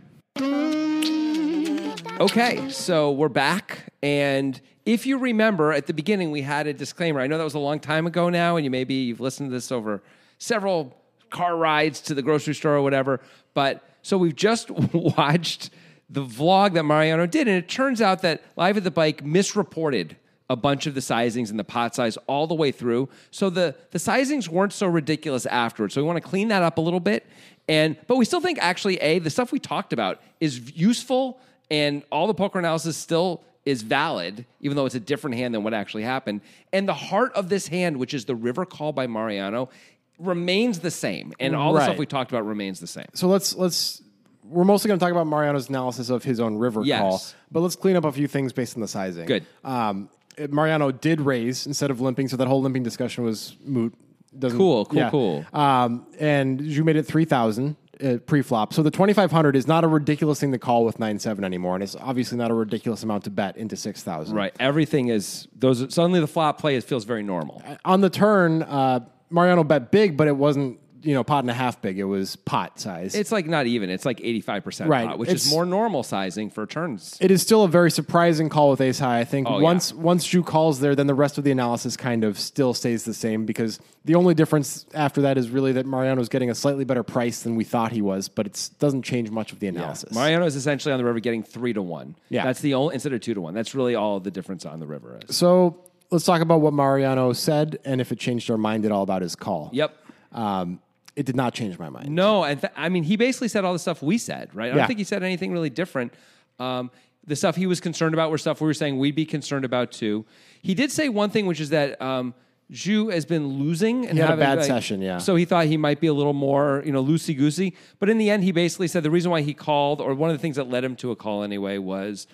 S2: Okay, so we're back. And if you remember at the beginning, we had a disclaimer. I know that was a long time ago now, and you maybe you've listened to this over several car rides to the grocery store or whatever. But so we've just watched the vlog that Mariano did, and it turns out that Live at the Bike misreported a bunch of the sizings and the pot size all the way through. So the the sizings weren't so ridiculous afterwards. So we want to clean that up a little bit. And but we still think actually A, the stuff we talked about is useful and all the poker analysis still is valid, even though it's a different hand than what actually happened. And the heart of this hand, which is the river call by Mariano, remains the same. And all the
S1: Right.
S2: stuff we talked about remains the same.
S1: So let's, let's, we're mostly going to talk about Mariano's analysis of his own river
S2: Yes.
S1: call, but let's clean up a few things based on the sizing.
S2: Good.
S1: Um, it- Mariano did raise instead of limping, so that whole limping discussion was moot. Doesn't,
S2: Cool, cool, cool.
S1: Um, and you made it 3,000 uh, pre-flop. So the 2,500 is not a ridiculous thing to call with 9-7 anymore, and it's obviously not a ridiculous amount to bet into 6,000.
S2: Right. Everything is those suddenly the flop play is, feels very normal.
S1: On the turn, uh, Mariano bet big, but it wasn't, you know, pot and a half big. It was pot size.
S2: It's like not even. It's like eighty five percent
S1: Right.
S2: pot, which is
S1: It's-
S2: more normal sizing for turns.
S1: it is still a very surprising call with ace high. I think
S2: Oh,
S1: once once Drew calls there, then the rest of the analysis kind of still stays the same because the only difference after that is really that Mariano's getting a slightly better price than we thought he was, but it doesn't change much of the analysis.
S2: Mariano is essentially on the river getting three to one.
S1: Yeah.
S2: That's the only instead of two to one. That's really all the difference on the river is.
S1: so let's talk about what Mariano said and if it changed our mind at all about his call.
S2: Yep.
S1: Um, it did not change my mind.
S2: No, and th- I mean, he basically said all the stuff we said, right? I don't
S1: Yeah.
S2: think he said anything really different. Um, the stuff he was concerned about were stuff we were saying we'd be concerned about too. He did say one thing, which is that um, Zhu has been losing and
S1: had a
S2: having,
S1: bad session, yeah.
S2: So he thought he might be a little more, you know, loosey goosey. But in the end, he basically said the reason why he called, or one of the things that led him to a call anyway, was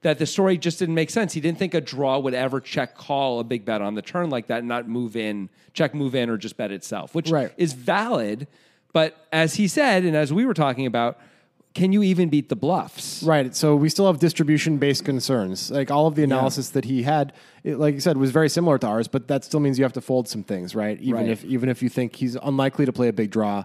S2: that the story just didn't make sense. He didn't think a draw would ever check call a big bet on the turn like that and not move in, check move in, or just bet itself, which
S1: Right.
S2: is valid. But as he said, and as we were talking about, can you even beat the bluffs?
S1: Right. So we still have distribution based concerns. Like all of the analysis that he had, it, like you said, was very similar to ours, but that still means you have to fold some things, right? Even
S2: Right.
S1: if even if you think he's unlikely to play a big draw,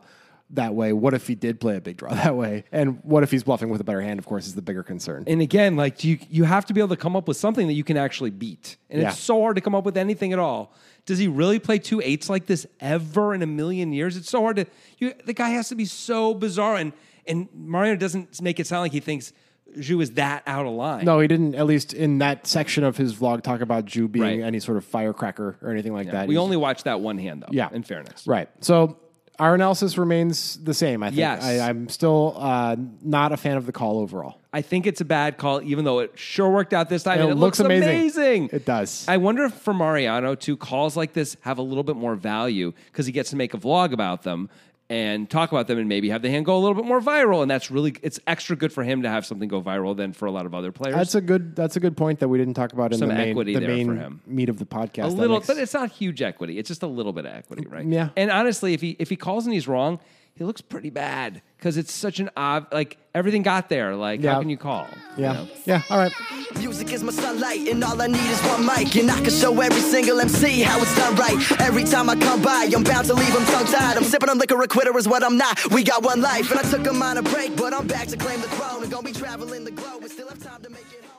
S1: that way? What if he did play a big draw that way? And what if he's bluffing with a better hand, of course, is the bigger concern.
S2: And again, like you, you have to be able to come up with something that you can actually beat. And
S1: Yeah.
S2: it's so hard to come up with anything at all. Does he really play two eights like this ever in a million years? It's so hard to. You, the guy has to be so bizarre, and and Mario doesn't make it sound like he thinks Zhu is that out of line.
S1: no, he didn't, at least in that section of his vlog, talk about Jew being
S2: Right.
S1: any sort of firecracker or anything like that.
S2: we
S1: He's-
S2: only watched that one hand though.
S1: Yeah.
S2: in fairness,
S1: Right. So our analysis remains the same, I think.
S2: Yes.
S1: I, I'm still uh, not a fan of the call overall.
S2: I think it's a bad call, even though it sure worked out this time.
S1: And
S2: and
S1: it
S2: it looks,
S1: looks amazing.
S2: amazing.
S1: It does.
S2: I wonder if for Mariano too, calls like this have a little bit more value because he gets to make a vlog about them and talk about them, and maybe have the hand go a little bit more viral. And that's really it's extra good for him to have something go viral than for a lot of other players.
S1: That's a good. That's a good point that we didn't talk about in
S2: Some
S1: the main,
S2: equity
S1: the
S2: there
S1: main
S2: for him.
S1: meat of the podcast.
S2: a
S1: That
S2: little,
S1: makes-
S2: but it's not huge equity. It's just a little bit of equity, right?
S1: Mm, Yeah.
S2: And honestly, if he if he calls and he's wrong, he looks pretty bad because it's such an ob like everything got there. Like
S1: Yeah.
S2: how can you call? you
S1: yeah,
S2: know?
S1: yeah. All right.
S3: Music is my sunlight, and all I need is one mic. And I can show every single MC how it's done right. Every time I come by, I'm bound to leave them tongue tied. I'm sipping on liquor, a quitter is what I'm not. We got one life, and I took a minor break, but I'm back to claim the throne. And gonna be traveling the globe, and still have time to make it home.